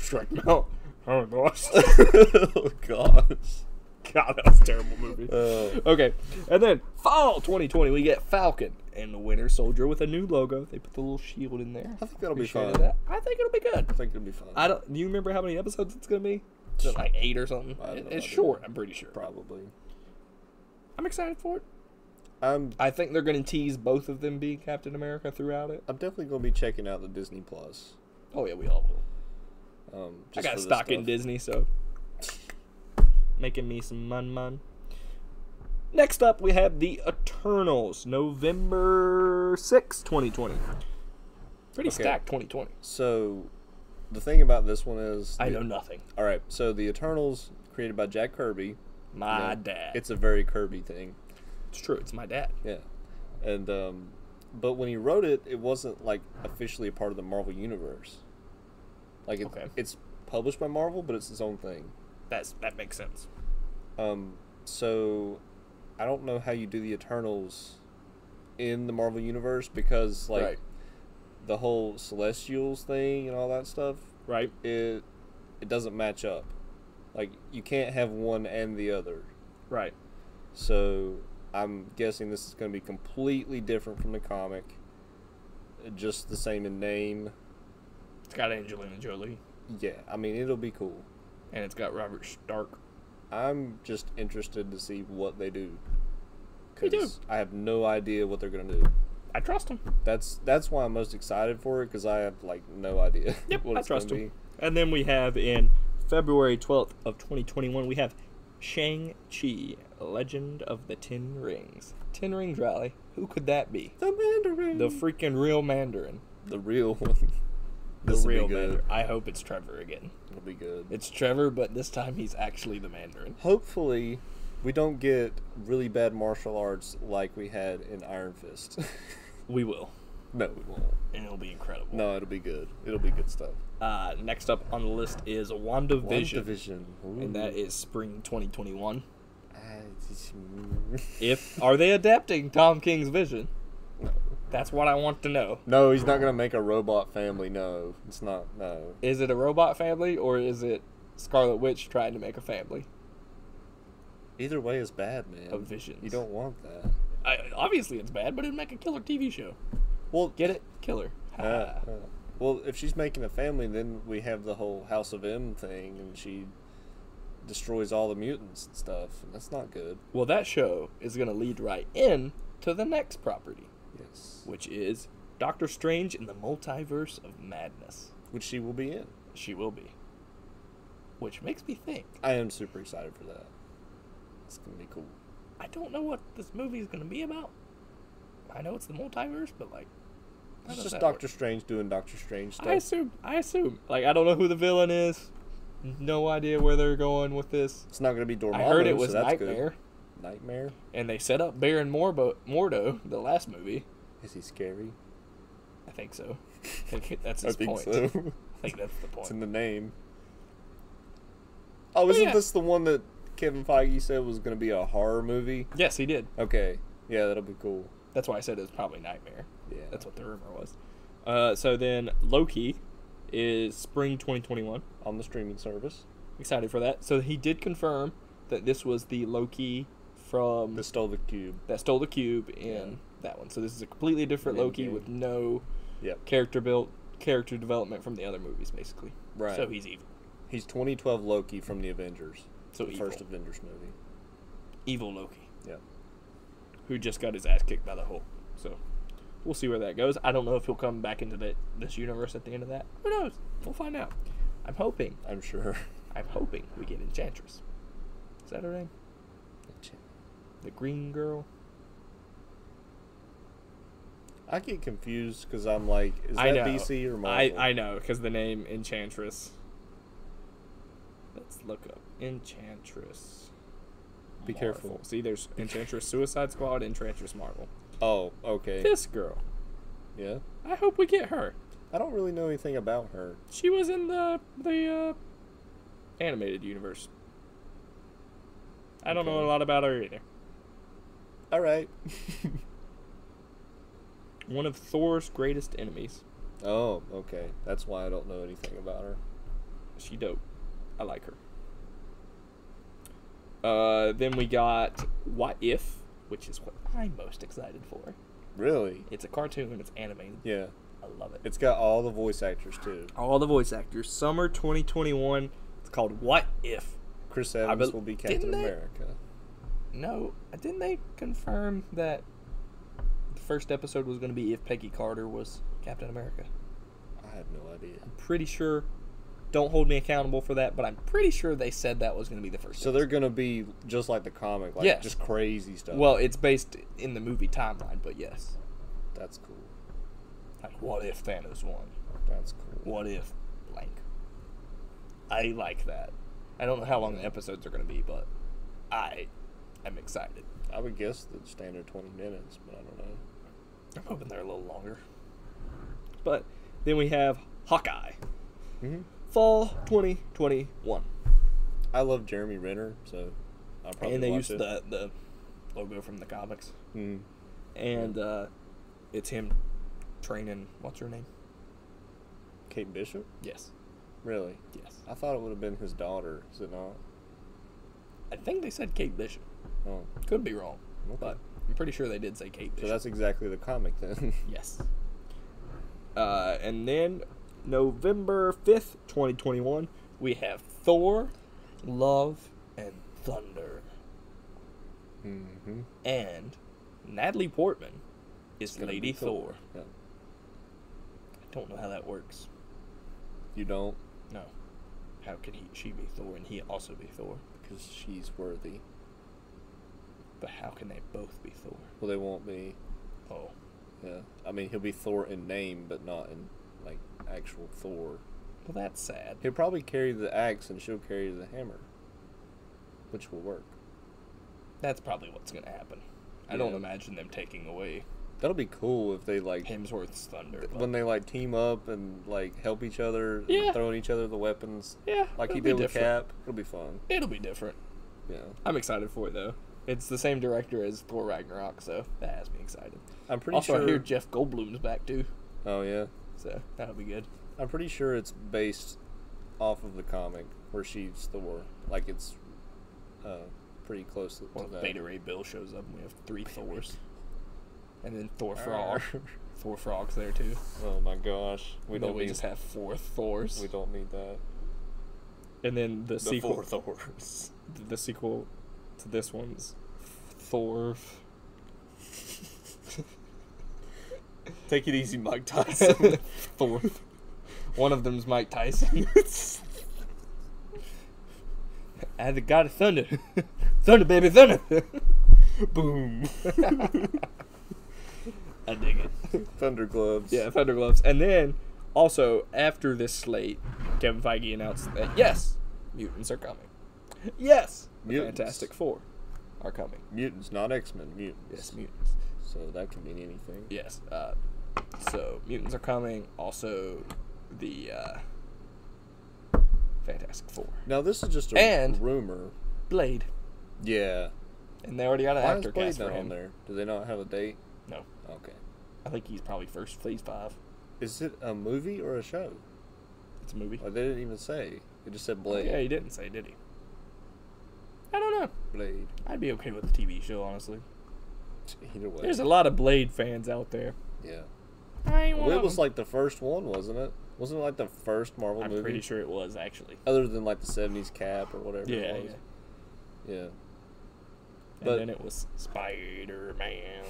[SPEAKER 1] Shrek mouth. Oh gosh,
[SPEAKER 2] (laughs) oh gosh.
[SPEAKER 1] (laughs) God, that was a terrible movie.
[SPEAKER 2] Oh.
[SPEAKER 1] Okay, and then fall 2020, we get Falcon and the Winter Soldier with a new logo. They put the little shield in there.
[SPEAKER 2] I think that'll be fun.
[SPEAKER 1] Appreciated
[SPEAKER 2] I
[SPEAKER 1] that. I think it'll be good.
[SPEAKER 2] think it'll be fun.
[SPEAKER 1] I don't. Do you remember how many episodes it's gonna be? Is it like eight or something?
[SPEAKER 2] I have
[SPEAKER 1] It-
[SPEAKER 2] no
[SPEAKER 1] It's
[SPEAKER 2] idea.
[SPEAKER 1] short. I'm pretty sure.
[SPEAKER 2] Probably.
[SPEAKER 1] I'm excited for it.
[SPEAKER 2] I'm.
[SPEAKER 1] I think they're going to tease both of them being Captain America throughout it.
[SPEAKER 2] I'm definitely gonna be checking out the Disney Plus.
[SPEAKER 1] Oh yeah, we all will.
[SPEAKER 2] Um,
[SPEAKER 1] I got
[SPEAKER 2] just for
[SPEAKER 1] a
[SPEAKER 2] this
[SPEAKER 1] stock in
[SPEAKER 2] stuff.
[SPEAKER 1] Disney, so making me some mun mun. Next up, we have the Eternals, November sixth, 2020. Pretty
[SPEAKER 2] Okay.
[SPEAKER 1] stacked 2020.
[SPEAKER 2] So, the thing about this one is,
[SPEAKER 1] I
[SPEAKER 2] the-
[SPEAKER 1] know nothing.
[SPEAKER 2] All right, so the Eternals created by Jack Kirby.
[SPEAKER 1] My
[SPEAKER 2] know,
[SPEAKER 1] Ah, dad. It's,
[SPEAKER 2] It's a very Kirby thing.
[SPEAKER 1] true. It's my dad.
[SPEAKER 2] Yeah, and um, but when he wrote it, it wasn't like officially a part of the Marvel universe. Like it,
[SPEAKER 1] Okay.
[SPEAKER 2] it's published by Marvel, but it's its own thing.
[SPEAKER 1] That's that makes sense.
[SPEAKER 2] Um, so I don't know how you do the Eternals in the Marvel universe because like
[SPEAKER 1] Right.
[SPEAKER 2] the whole Celestials thing and all that stuff,
[SPEAKER 1] Right.
[SPEAKER 2] it it doesn't match up. Like you can't have one and the other.
[SPEAKER 1] Right.
[SPEAKER 2] So I'm guessing this is going to be completely different from the comic. Just the same in name.
[SPEAKER 1] It's got Angelina Jolie
[SPEAKER 2] Yeah, I mean it'll be cool.
[SPEAKER 1] and it's got Robert Stark.
[SPEAKER 2] I'm just interested to see what they do.
[SPEAKER 1] They do.
[SPEAKER 2] 'Cause I have no idea what they're going to do.
[SPEAKER 1] I trust him.
[SPEAKER 2] That's that's why I'm most excited for it because I have like no idea. (laughs)
[SPEAKER 1] Yep,
[SPEAKER 2] what
[SPEAKER 1] I
[SPEAKER 2] it's gonna
[SPEAKER 1] trust him.
[SPEAKER 2] be.
[SPEAKER 1] And then we have in February 12th of 2021, we have Shang-Chi, Legend of the Ten Rings. Ten Rings Rally. Who could that be?
[SPEAKER 2] The Mandarin.
[SPEAKER 1] The freaking real Mandarin.
[SPEAKER 2] the real one.
[SPEAKER 1] The
[SPEAKER 2] This'll be
[SPEAKER 1] real
[SPEAKER 2] good.
[SPEAKER 1] Mandarin. I hope it's Trevor again.
[SPEAKER 2] It'll be good.
[SPEAKER 1] It's Trevor, but this time he's actually the Mandarin.
[SPEAKER 2] Hopefully, we don't get really bad martial arts like we had in Iron Fist. (laughs)
[SPEAKER 1] We will.
[SPEAKER 2] No, it won't.
[SPEAKER 1] and it'll be incredible.
[SPEAKER 2] No, it'll be good. It'll be good stuff.
[SPEAKER 1] Uh, next up on the list is WandaVision,
[SPEAKER 2] Division. Ah,
[SPEAKER 1] and that is spring 2021. If are they adapting Tom King's vision? That's what I want to know.
[SPEAKER 2] (laughs) No, he's not gonna make a robot family. No, it's not. No,
[SPEAKER 1] Is it a robot family or is it Scarlet Witch trying to make a family?
[SPEAKER 2] either way is bad, man.
[SPEAKER 1] Of visions.
[SPEAKER 2] You don't want that.
[SPEAKER 1] I, obviously, it's bad, but it'd make a killer TV show.
[SPEAKER 2] Well,
[SPEAKER 1] Get it? Killer.
[SPEAKER 2] Yeah, (laughs) yeah. Well, if she's making a family, then we have the whole House of M thing, and she destroys all the mutants and stuff, and that's not good.
[SPEAKER 1] Well, that show is going to lead right in to the next property,
[SPEAKER 2] Yes.
[SPEAKER 1] which is Doctor Strange in the Multiverse of Madness.
[SPEAKER 2] Which she will be in.
[SPEAKER 1] She will be. Which makes me think.
[SPEAKER 2] I am super excited for that. It's gonna be cool.
[SPEAKER 1] I don't know what this movie is going to be about. I know it's the multiverse, but like, how
[SPEAKER 2] It's
[SPEAKER 1] does
[SPEAKER 2] just
[SPEAKER 1] that
[SPEAKER 2] Doctor
[SPEAKER 1] work?
[SPEAKER 2] Strange doing Doctor Strange stuff.
[SPEAKER 1] I assume. I assume. Like, I don't know who the villain is. No idea where they're going with this.
[SPEAKER 2] It's not gonna be Dormammu.
[SPEAKER 1] I heard it was
[SPEAKER 2] so that's
[SPEAKER 1] Nightmare,
[SPEAKER 2] Good. Nightmare.
[SPEAKER 1] and they set up Baron Morbo- Mordo, the last movie.
[SPEAKER 2] Is he scary?
[SPEAKER 1] I think
[SPEAKER 2] (laughs)
[SPEAKER 1] so. I think that's
[SPEAKER 2] I
[SPEAKER 1] his
[SPEAKER 2] think
[SPEAKER 1] point. (laughs)
[SPEAKER 2] so. (laughs)
[SPEAKER 1] I think that's the
[SPEAKER 2] it's
[SPEAKER 1] point.
[SPEAKER 2] in the name. Oh, isn't
[SPEAKER 1] yeah.
[SPEAKER 2] this the one that Kevin Feige said was gonna be a horror movie?
[SPEAKER 1] yes, he did.
[SPEAKER 2] Okay. Yeah, that'll be cool.
[SPEAKER 1] That's why I said it was probably Nightmare.
[SPEAKER 2] Yeah.
[SPEAKER 1] That's what the rumor was. Uh, so then Loki is spring 2021.
[SPEAKER 2] on the streaming service.
[SPEAKER 1] Excited for that. So he did confirm that this was the Loki from
[SPEAKER 2] They stole the cube.
[SPEAKER 1] that stole the cube in that one. So this is a completely different
[SPEAKER 2] In
[SPEAKER 1] Loki
[SPEAKER 2] Endgame.
[SPEAKER 1] with no
[SPEAKER 2] Yep.
[SPEAKER 1] character built character development from the other movies, basically.
[SPEAKER 2] Right.
[SPEAKER 1] So he's evil.
[SPEAKER 2] He's 2012 Loki from the Avengers.
[SPEAKER 1] So
[SPEAKER 2] the
[SPEAKER 1] evil.
[SPEAKER 2] first Avengers movie.
[SPEAKER 1] Evil Loki,
[SPEAKER 2] Yep.
[SPEAKER 1] who just got his ass kicked by the Hulk. So we'll see where that goes. I don't know if he'll come back into the, this universe at the end of that. Who knows? We'll find out. I'm hoping.
[SPEAKER 2] I'm sure. (laughs)
[SPEAKER 1] I'm hoping we get Enchantress. Is that her name? The Green Girl.
[SPEAKER 2] I get confused because I'm like, is that
[SPEAKER 1] I know.
[SPEAKER 2] DC or
[SPEAKER 1] I,
[SPEAKER 2] Marvel?
[SPEAKER 1] I know because the name Enchantress. Let's look up Enchantress.
[SPEAKER 2] Be
[SPEAKER 1] Marvel.
[SPEAKER 2] careful.
[SPEAKER 1] See, there's Enchantress Suicide Squad, Enchantress Marvel.
[SPEAKER 2] Oh, okay.
[SPEAKER 1] This girl.
[SPEAKER 2] Yeah.
[SPEAKER 1] I hope we get her.
[SPEAKER 2] I don't really know anything about her.
[SPEAKER 1] She was in the the uh, animated universe. I don't know
[SPEAKER 2] Okay.
[SPEAKER 1] a lot about her either. (laughs)
[SPEAKER 2] All right.
[SPEAKER 1] One of Thor's greatest enemies.
[SPEAKER 2] oh, okay. That's why I don't know anything about her.
[SPEAKER 1] She dope. I like her. Uh, then we got What If, which is what I'm most excited for.
[SPEAKER 2] Really?
[SPEAKER 1] It's a cartoon. It's animated.
[SPEAKER 2] Yeah.
[SPEAKER 1] I love it.
[SPEAKER 2] It's got all the voice actors too.
[SPEAKER 1] All the voice actors. Summer 2021. It's called What If.
[SPEAKER 2] Chris Evans
[SPEAKER 1] bel-
[SPEAKER 2] will be Captain
[SPEAKER 1] didn't they-
[SPEAKER 2] America.
[SPEAKER 1] No, didn't they confirm that the first episode was going to be if Peggy Carter was Captain America?
[SPEAKER 2] I have no idea.
[SPEAKER 1] Pretty sure. Don't hold me accountable for that, but I'm pretty sure they said that was going to be the first.
[SPEAKER 2] So they're gonna be just like the comic, like
[SPEAKER 1] Yes.
[SPEAKER 2] just crazy stuff.
[SPEAKER 1] well, it's based in the movie timeline, but yes.
[SPEAKER 2] that's cool.
[SPEAKER 1] Like, what if Thanos won?
[SPEAKER 2] That's cool.
[SPEAKER 1] What if blank? I like that. I don't know how long the episodes are going to be, but I am excited.
[SPEAKER 2] I would guess the standard 20 minutes, but I don't know.
[SPEAKER 1] I'm hoping they're a little longer. But then we have Hawkeye,
[SPEAKER 2] Mhm.
[SPEAKER 1] Fall 2021,
[SPEAKER 2] I love Jeremy Renner, so I'll probably
[SPEAKER 1] and they
[SPEAKER 2] watch
[SPEAKER 1] use
[SPEAKER 2] it.
[SPEAKER 1] the the logo from the comics,
[SPEAKER 2] Mm.
[SPEAKER 1] and uh, it's him training. What's her name?
[SPEAKER 2] Kate Bishop?
[SPEAKER 1] Yes,
[SPEAKER 2] Really?
[SPEAKER 1] yes.
[SPEAKER 2] I thought it would have been his daughter. Is it not?
[SPEAKER 1] I think they said Kate Bishop.
[SPEAKER 2] Oh,
[SPEAKER 1] Could be wrong,
[SPEAKER 2] okay.
[SPEAKER 1] but I'm pretty sure they did say Kate
[SPEAKER 2] so
[SPEAKER 1] Bishop.
[SPEAKER 2] that's exactly the comic
[SPEAKER 1] (laughs)
[SPEAKER 2] then.
[SPEAKER 1] Yes. Uh, and then November 5th, 2021, we have Thor, Love, and Thunder.
[SPEAKER 2] (laughs) mm-hmm.
[SPEAKER 1] And Natalie Portman is
[SPEAKER 2] gonna be
[SPEAKER 1] Lady Thor.
[SPEAKER 2] Thor. Yeah.
[SPEAKER 1] I don't know how that works.
[SPEAKER 2] You don't,
[SPEAKER 1] No. How can he, she be Thor and he also be Thor?
[SPEAKER 2] because she's worthy.
[SPEAKER 1] But how can they both be Thor?
[SPEAKER 2] Well, they won't be.
[SPEAKER 1] Oh.
[SPEAKER 2] Yeah. I mean, he'll be Thor in name, but not in, like, actual Thor.
[SPEAKER 1] Well, that's sad.
[SPEAKER 2] He'll probably carry the axe and she'll carry the hammer, which will work.
[SPEAKER 1] That's probably what's going to happen. I don't
[SPEAKER 2] Yeah.
[SPEAKER 1] imagine them taking away
[SPEAKER 2] That'll be cool if they like
[SPEAKER 1] Hemsworth's Thunder. but-
[SPEAKER 2] when they like team up and like help each other, and
[SPEAKER 1] Yeah.
[SPEAKER 2] throwing each other the weapons.
[SPEAKER 1] yeah,
[SPEAKER 2] Like he
[SPEAKER 1] it'll be
[SPEAKER 2] did with
[SPEAKER 1] different.
[SPEAKER 2] Cap. It'll be fun.
[SPEAKER 1] It'll be different.
[SPEAKER 2] Yeah.
[SPEAKER 1] I'm excited for it though. It's the same director as Thor Ragnarok, so that has me excited.
[SPEAKER 2] I'm pretty
[SPEAKER 1] also,
[SPEAKER 2] sure
[SPEAKER 1] I hear Jeff Goldblum's back too,
[SPEAKER 2] Oh yeah.
[SPEAKER 1] so that'll be good.
[SPEAKER 2] I'm pretty sure it's based off of the comic where she's Thor. Like it's uh, pretty close to
[SPEAKER 1] Well,
[SPEAKER 2] that.
[SPEAKER 1] Beta Ray Bill shows up, and we have three Thors, and then Thor Frog. Thor Frog's there too.
[SPEAKER 2] (laughs) Oh my gosh. We
[SPEAKER 1] We then
[SPEAKER 2] don't
[SPEAKER 1] we
[SPEAKER 2] need
[SPEAKER 1] just have four Thors,
[SPEAKER 2] (laughs) we don't need that.
[SPEAKER 1] and then the,
[SPEAKER 2] The
[SPEAKER 1] sequel,
[SPEAKER 2] four
[SPEAKER 1] (laughs)
[SPEAKER 2] Thors.
[SPEAKER 1] the sequel to this one's Thor.
[SPEAKER 2] Take it
[SPEAKER 1] (laughs)
[SPEAKER 2] easy, Mike Tyson.
[SPEAKER 1] Thor. One of them's Mike (laughs)
[SPEAKER 2] (laughs)
[SPEAKER 1] Tyson. and the God of Thunder. thunder, baby, thunder.
[SPEAKER 2] Boom.
[SPEAKER 1] I dig it.
[SPEAKER 2] Thunder gloves.
[SPEAKER 1] Yeah, Thunder Gloves. And then, also, after this slate, Kevin Feige announced that yes, mutants are coming. Yes, the
[SPEAKER 2] Mutants.
[SPEAKER 1] Fantastic Four are coming.
[SPEAKER 2] Mutants, not X Men. Mutants.
[SPEAKER 1] Yes, mutants.
[SPEAKER 2] So that can mean anything.
[SPEAKER 1] Yes. Uh, so mutants are coming. Also, the uh, Fantastic Four,
[SPEAKER 2] Now this is just a
[SPEAKER 1] And-
[SPEAKER 2] rumor.
[SPEAKER 1] Blade,
[SPEAKER 2] Yeah.
[SPEAKER 1] and they already got an
[SPEAKER 2] Why is
[SPEAKER 1] actor
[SPEAKER 2] Blade
[SPEAKER 1] cast for
[SPEAKER 2] not on
[SPEAKER 1] him.
[SPEAKER 2] there? Do they not have a date?
[SPEAKER 1] No,
[SPEAKER 2] Okay.
[SPEAKER 1] I think he's probably first phase five.
[SPEAKER 2] Is it a movie or a show?
[SPEAKER 1] It's a movie.
[SPEAKER 2] Like they didn't even say. It just said Blade.
[SPEAKER 1] Yeah, he didn't say, did he? I don't know.
[SPEAKER 2] Blade.
[SPEAKER 1] I'd be okay with the TV show, honestly.
[SPEAKER 2] Either way.
[SPEAKER 1] There's a lot of Blade fans out there.
[SPEAKER 2] yeah.
[SPEAKER 1] I ain't
[SPEAKER 2] Well,
[SPEAKER 1] one
[SPEAKER 2] it
[SPEAKER 1] of
[SPEAKER 2] was
[SPEAKER 1] them.
[SPEAKER 2] like the first one, wasn't it? Wasn't it like the first Marvel
[SPEAKER 1] I'm
[SPEAKER 2] movie?
[SPEAKER 1] pretty sure it was actually.
[SPEAKER 2] Other than like the '70s Cap or whatever.
[SPEAKER 1] Yeah,
[SPEAKER 2] It was.
[SPEAKER 1] yeah.
[SPEAKER 2] Yeah.
[SPEAKER 1] And
[SPEAKER 2] But-
[SPEAKER 1] then it was Spider Man.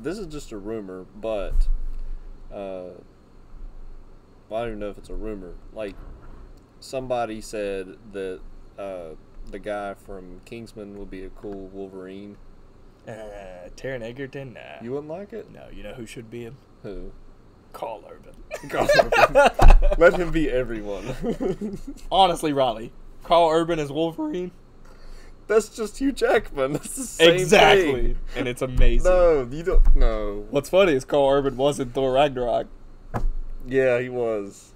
[SPEAKER 2] This is just a rumor, but uh, I don't even know if it's a rumor. Like somebody said that uh, the guy from Kingsman would be a cool Wolverine.
[SPEAKER 1] Uh, Taron Egerton. Nah.
[SPEAKER 2] You wouldn't like it?
[SPEAKER 1] no, you know who should be him?
[SPEAKER 2] Who?
[SPEAKER 1] Carl Urban. (laughs)
[SPEAKER 2] Carl (laughs) Let him be everyone. (laughs)
[SPEAKER 1] Honestly, Riley, Carl Urban is Wolverine.
[SPEAKER 2] That's just Hugh Jackman. That's the same
[SPEAKER 1] exactly,
[SPEAKER 2] thing.
[SPEAKER 1] and it's amazing.
[SPEAKER 2] No, you don't. No.
[SPEAKER 1] What's funny is Carl Urban was in Thor Ragnarok,
[SPEAKER 2] Yeah, he was.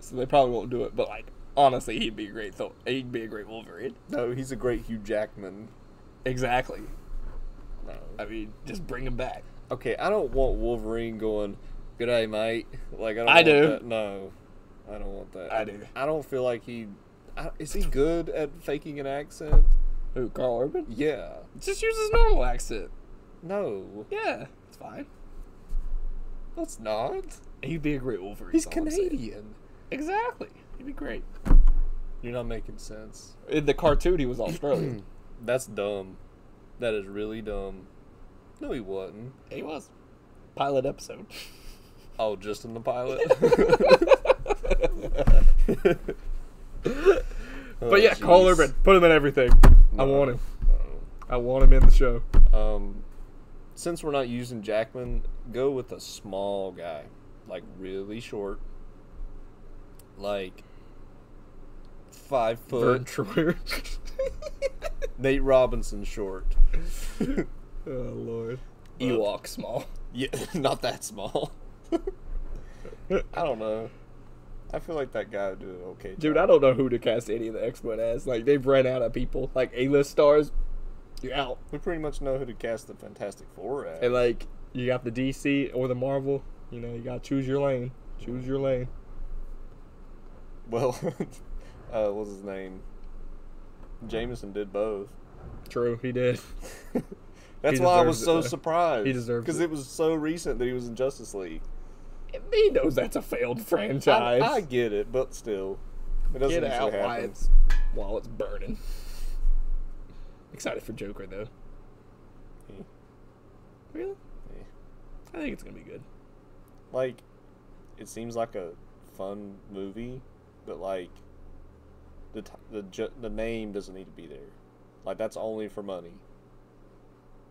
[SPEAKER 1] so they probably won't do it. But like, honestly, he'd be a great Thor. He'd be a great Wolverine.
[SPEAKER 2] No, he's a great Hugh Jackman.
[SPEAKER 1] Exactly.
[SPEAKER 2] No.
[SPEAKER 1] I mean, just bring him back.
[SPEAKER 2] Okay, I don't want Wolverine going, "Good day, mate." Like I don't.
[SPEAKER 1] I
[SPEAKER 2] want
[SPEAKER 1] do.
[SPEAKER 2] That. No, I don't want that.
[SPEAKER 1] I do.
[SPEAKER 2] I don't feel like he. I, is he good at faking an accent?
[SPEAKER 1] Who? Carl Urban?
[SPEAKER 2] Yeah.
[SPEAKER 1] Just use his normal accent.
[SPEAKER 2] No,
[SPEAKER 1] Yeah, it's fine.
[SPEAKER 2] that's not.
[SPEAKER 1] He'd be a great Wolverine. is
[SPEAKER 2] He's
[SPEAKER 1] all I'm saying.
[SPEAKER 2] Canadian.
[SPEAKER 1] Exactly. He'd be great.
[SPEAKER 2] You're not making sense.
[SPEAKER 1] In the cartoon, he was Australian.
[SPEAKER 2] (clears throat) That's dumb. That is really dumb. No, he wasn't.
[SPEAKER 1] he was. Pilot
[SPEAKER 2] (laughs)
[SPEAKER 1] episode. (laughs)
[SPEAKER 2] Oh, just in the pilot.
[SPEAKER 1] But yeah,
[SPEAKER 2] Oh,
[SPEAKER 1] Carl Urban, put him in everything. I
[SPEAKER 2] No.
[SPEAKER 1] want him. I want him in the show.
[SPEAKER 2] Um, since we're not using Jackman, go with a small guy, like really short, like five
[SPEAKER 1] Vern
[SPEAKER 2] foot
[SPEAKER 1] Troyer.
[SPEAKER 2] Nate Robinson short.
[SPEAKER 1] oh lord.
[SPEAKER 2] Ewok
[SPEAKER 1] small.
[SPEAKER 2] Yeah, (laughs) not that small. (laughs) I don't know. I feel like that guy would do an okay.
[SPEAKER 1] Dude,
[SPEAKER 2] job.
[SPEAKER 1] I don't know who to cast any of the X Men as. Like they've run out of people. Like A list stars, you're out.
[SPEAKER 2] We pretty much know who to cast the Fantastic Four at.
[SPEAKER 1] And like you got the DC or the Marvel. You know, you gotta choose your lane. Choose your lane.
[SPEAKER 2] Well, (laughs) uh, what's his name? Jameson did both.
[SPEAKER 1] True, he did. (laughs)
[SPEAKER 2] That's
[SPEAKER 1] He
[SPEAKER 2] why I
[SPEAKER 1] deserves
[SPEAKER 2] was
[SPEAKER 1] it,
[SPEAKER 2] so
[SPEAKER 1] though.
[SPEAKER 2] surprised.
[SPEAKER 1] He deserves
[SPEAKER 2] because
[SPEAKER 1] it.
[SPEAKER 2] it was so recent that he was in Justice League.
[SPEAKER 1] he knows that's a failed
[SPEAKER 2] I,
[SPEAKER 1] franchise.
[SPEAKER 2] I get it, but still, it doesn't
[SPEAKER 1] Get out
[SPEAKER 2] usually
[SPEAKER 1] while
[SPEAKER 2] happen.
[SPEAKER 1] it's, while it's burning. Excited for Joker though.
[SPEAKER 2] Yeah.
[SPEAKER 1] Really?
[SPEAKER 2] Yeah.
[SPEAKER 1] I think it's gonna be good.
[SPEAKER 2] Like, it seems like a fun movie, but like, the t- the ju- the name doesn't need to be there. Like that's only for money.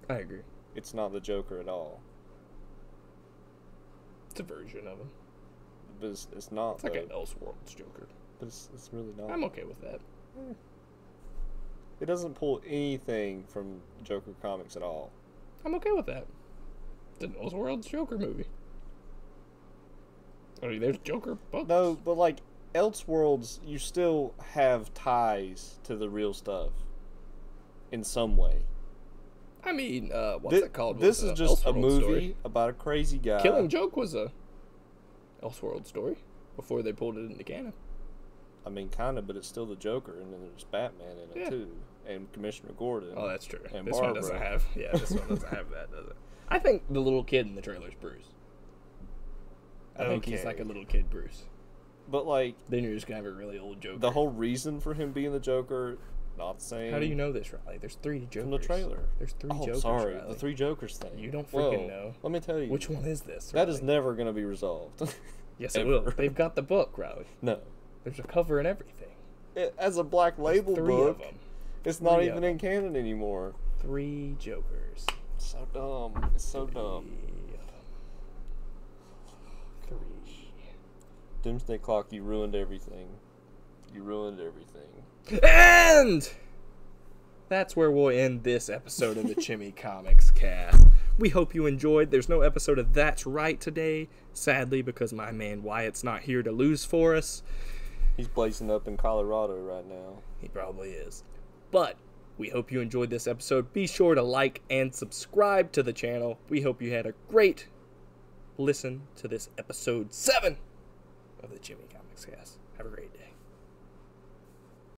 [SPEAKER 1] I agree.
[SPEAKER 2] It's not the Joker at all.
[SPEAKER 1] It's a version of him.
[SPEAKER 2] But it's, it's not.
[SPEAKER 1] It's like an
[SPEAKER 2] though.
[SPEAKER 1] Elseworlds Joker.
[SPEAKER 2] But it's, it's really not.
[SPEAKER 1] I'm okay with that.
[SPEAKER 2] It doesn't pull anything from Joker comics at all.
[SPEAKER 1] I'm okay with that. the Elseworlds Joker movie. I mean, there's Joker books.
[SPEAKER 2] No, but like Elseworlds, you still have ties to the real stuff in some way.
[SPEAKER 1] I mean, uh, what's
[SPEAKER 2] Thi-
[SPEAKER 1] it called?
[SPEAKER 2] This
[SPEAKER 1] Was
[SPEAKER 2] is just a
[SPEAKER 1] Elseworlds
[SPEAKER 2] movie Uh,
[SPEAKER 1] story.
[SPEAKER 2] about a crazy guy.
[SPEAKER 1] Killing Joke was a Elseworld story before they pulled it into canon.
[SPEAKER 2] I mean, kind of, but it's still the Joker, and then there's Batman in it
[SPEAKER 1] Yeah.
[SPEAKER 2] too, and Commissioner Gordon.
[SPEAKER 1] Oh, that's true.
[SPEAKER 2] And
[SPEAKER 1] this one doesn't
[SPEAKER 2] Barbara.
[SPEAKER 1] have. Yeah, this one doesn't have that, does it? I think the little kid in the trailer is Bruce. I think he's like a
[SPEAKER 2] Okay.
[SPEAKER 1] little kid Bruce.
[SPEAKER 2] But like
[SPEAKER 1] Then you're just gonna have a really old Joker.
[SPEAKER 2] the whole reason for him being the Joker, not saying.
[SPEAKER 1] How do you know this, Riley? There's three Jokers
[SPEAKER 2] From the trailer.
[SPEAKER 1] There's three
[SPEAKER 2] Oh,
[SPEAKER 1] Jokers.
[SPEAKER 2] sorry,
[SPEAKER 1] Riley.
[SPEAKER 2] the three Jokers thing.
[SPEAKER 1] You don't
[SPEAKER 2] Whoa,
[SPEAKER 1] freaking know.
[SPEAKER 2] Let me tell you.
[SPEAKER 1] Which one is this?
[SPEAKER 2] That is
[SPEAKER 1] Riley?
[SPEAKER 2] never gonna be resolved. (laughs)
[SPEAKER 1] Yes, it will.
[SPEAKER 2] ever.
[SPEAKER 1] They've got the book, Riley.
[SPEAKER 2] no.
[SPEAKER 1] There's a cover and everything.
[SPEAKER 2] It, as a black label
[SPEAKER 1] three
[SPEAKER 2] book,
[SPEAKER 1] of them.
[SPEAKER 2] it's not
[SPEAKER 1] Three of
[SPEAKER 2] even in canon anymore.
[SPEAKER 1] Three Jokers.
[SPEAKER 2] So dumb. It's so dumb.
[SPEAKER 1] Three of them. Three.
[SPEAKER 2] Doomsday Clock, you ruined everything. You ruined everything.
[SPEAKER 3] And that's where we'll end this episode of the Chimmy Comics cast. We hope you enjoyed. There's no episode of That's Right today, sadly, because my man Wyatt's not here to lose for us.
[SPEAKER 2] He's blazing up in Colorado right now.
[SPEAKER 3] He probably is. But we hope you enjoyed this episode. Be sure to like and subscribe to the channel. We hope you had a great listen to this episode 7 of the Chimmy Comics cast. Have a great day.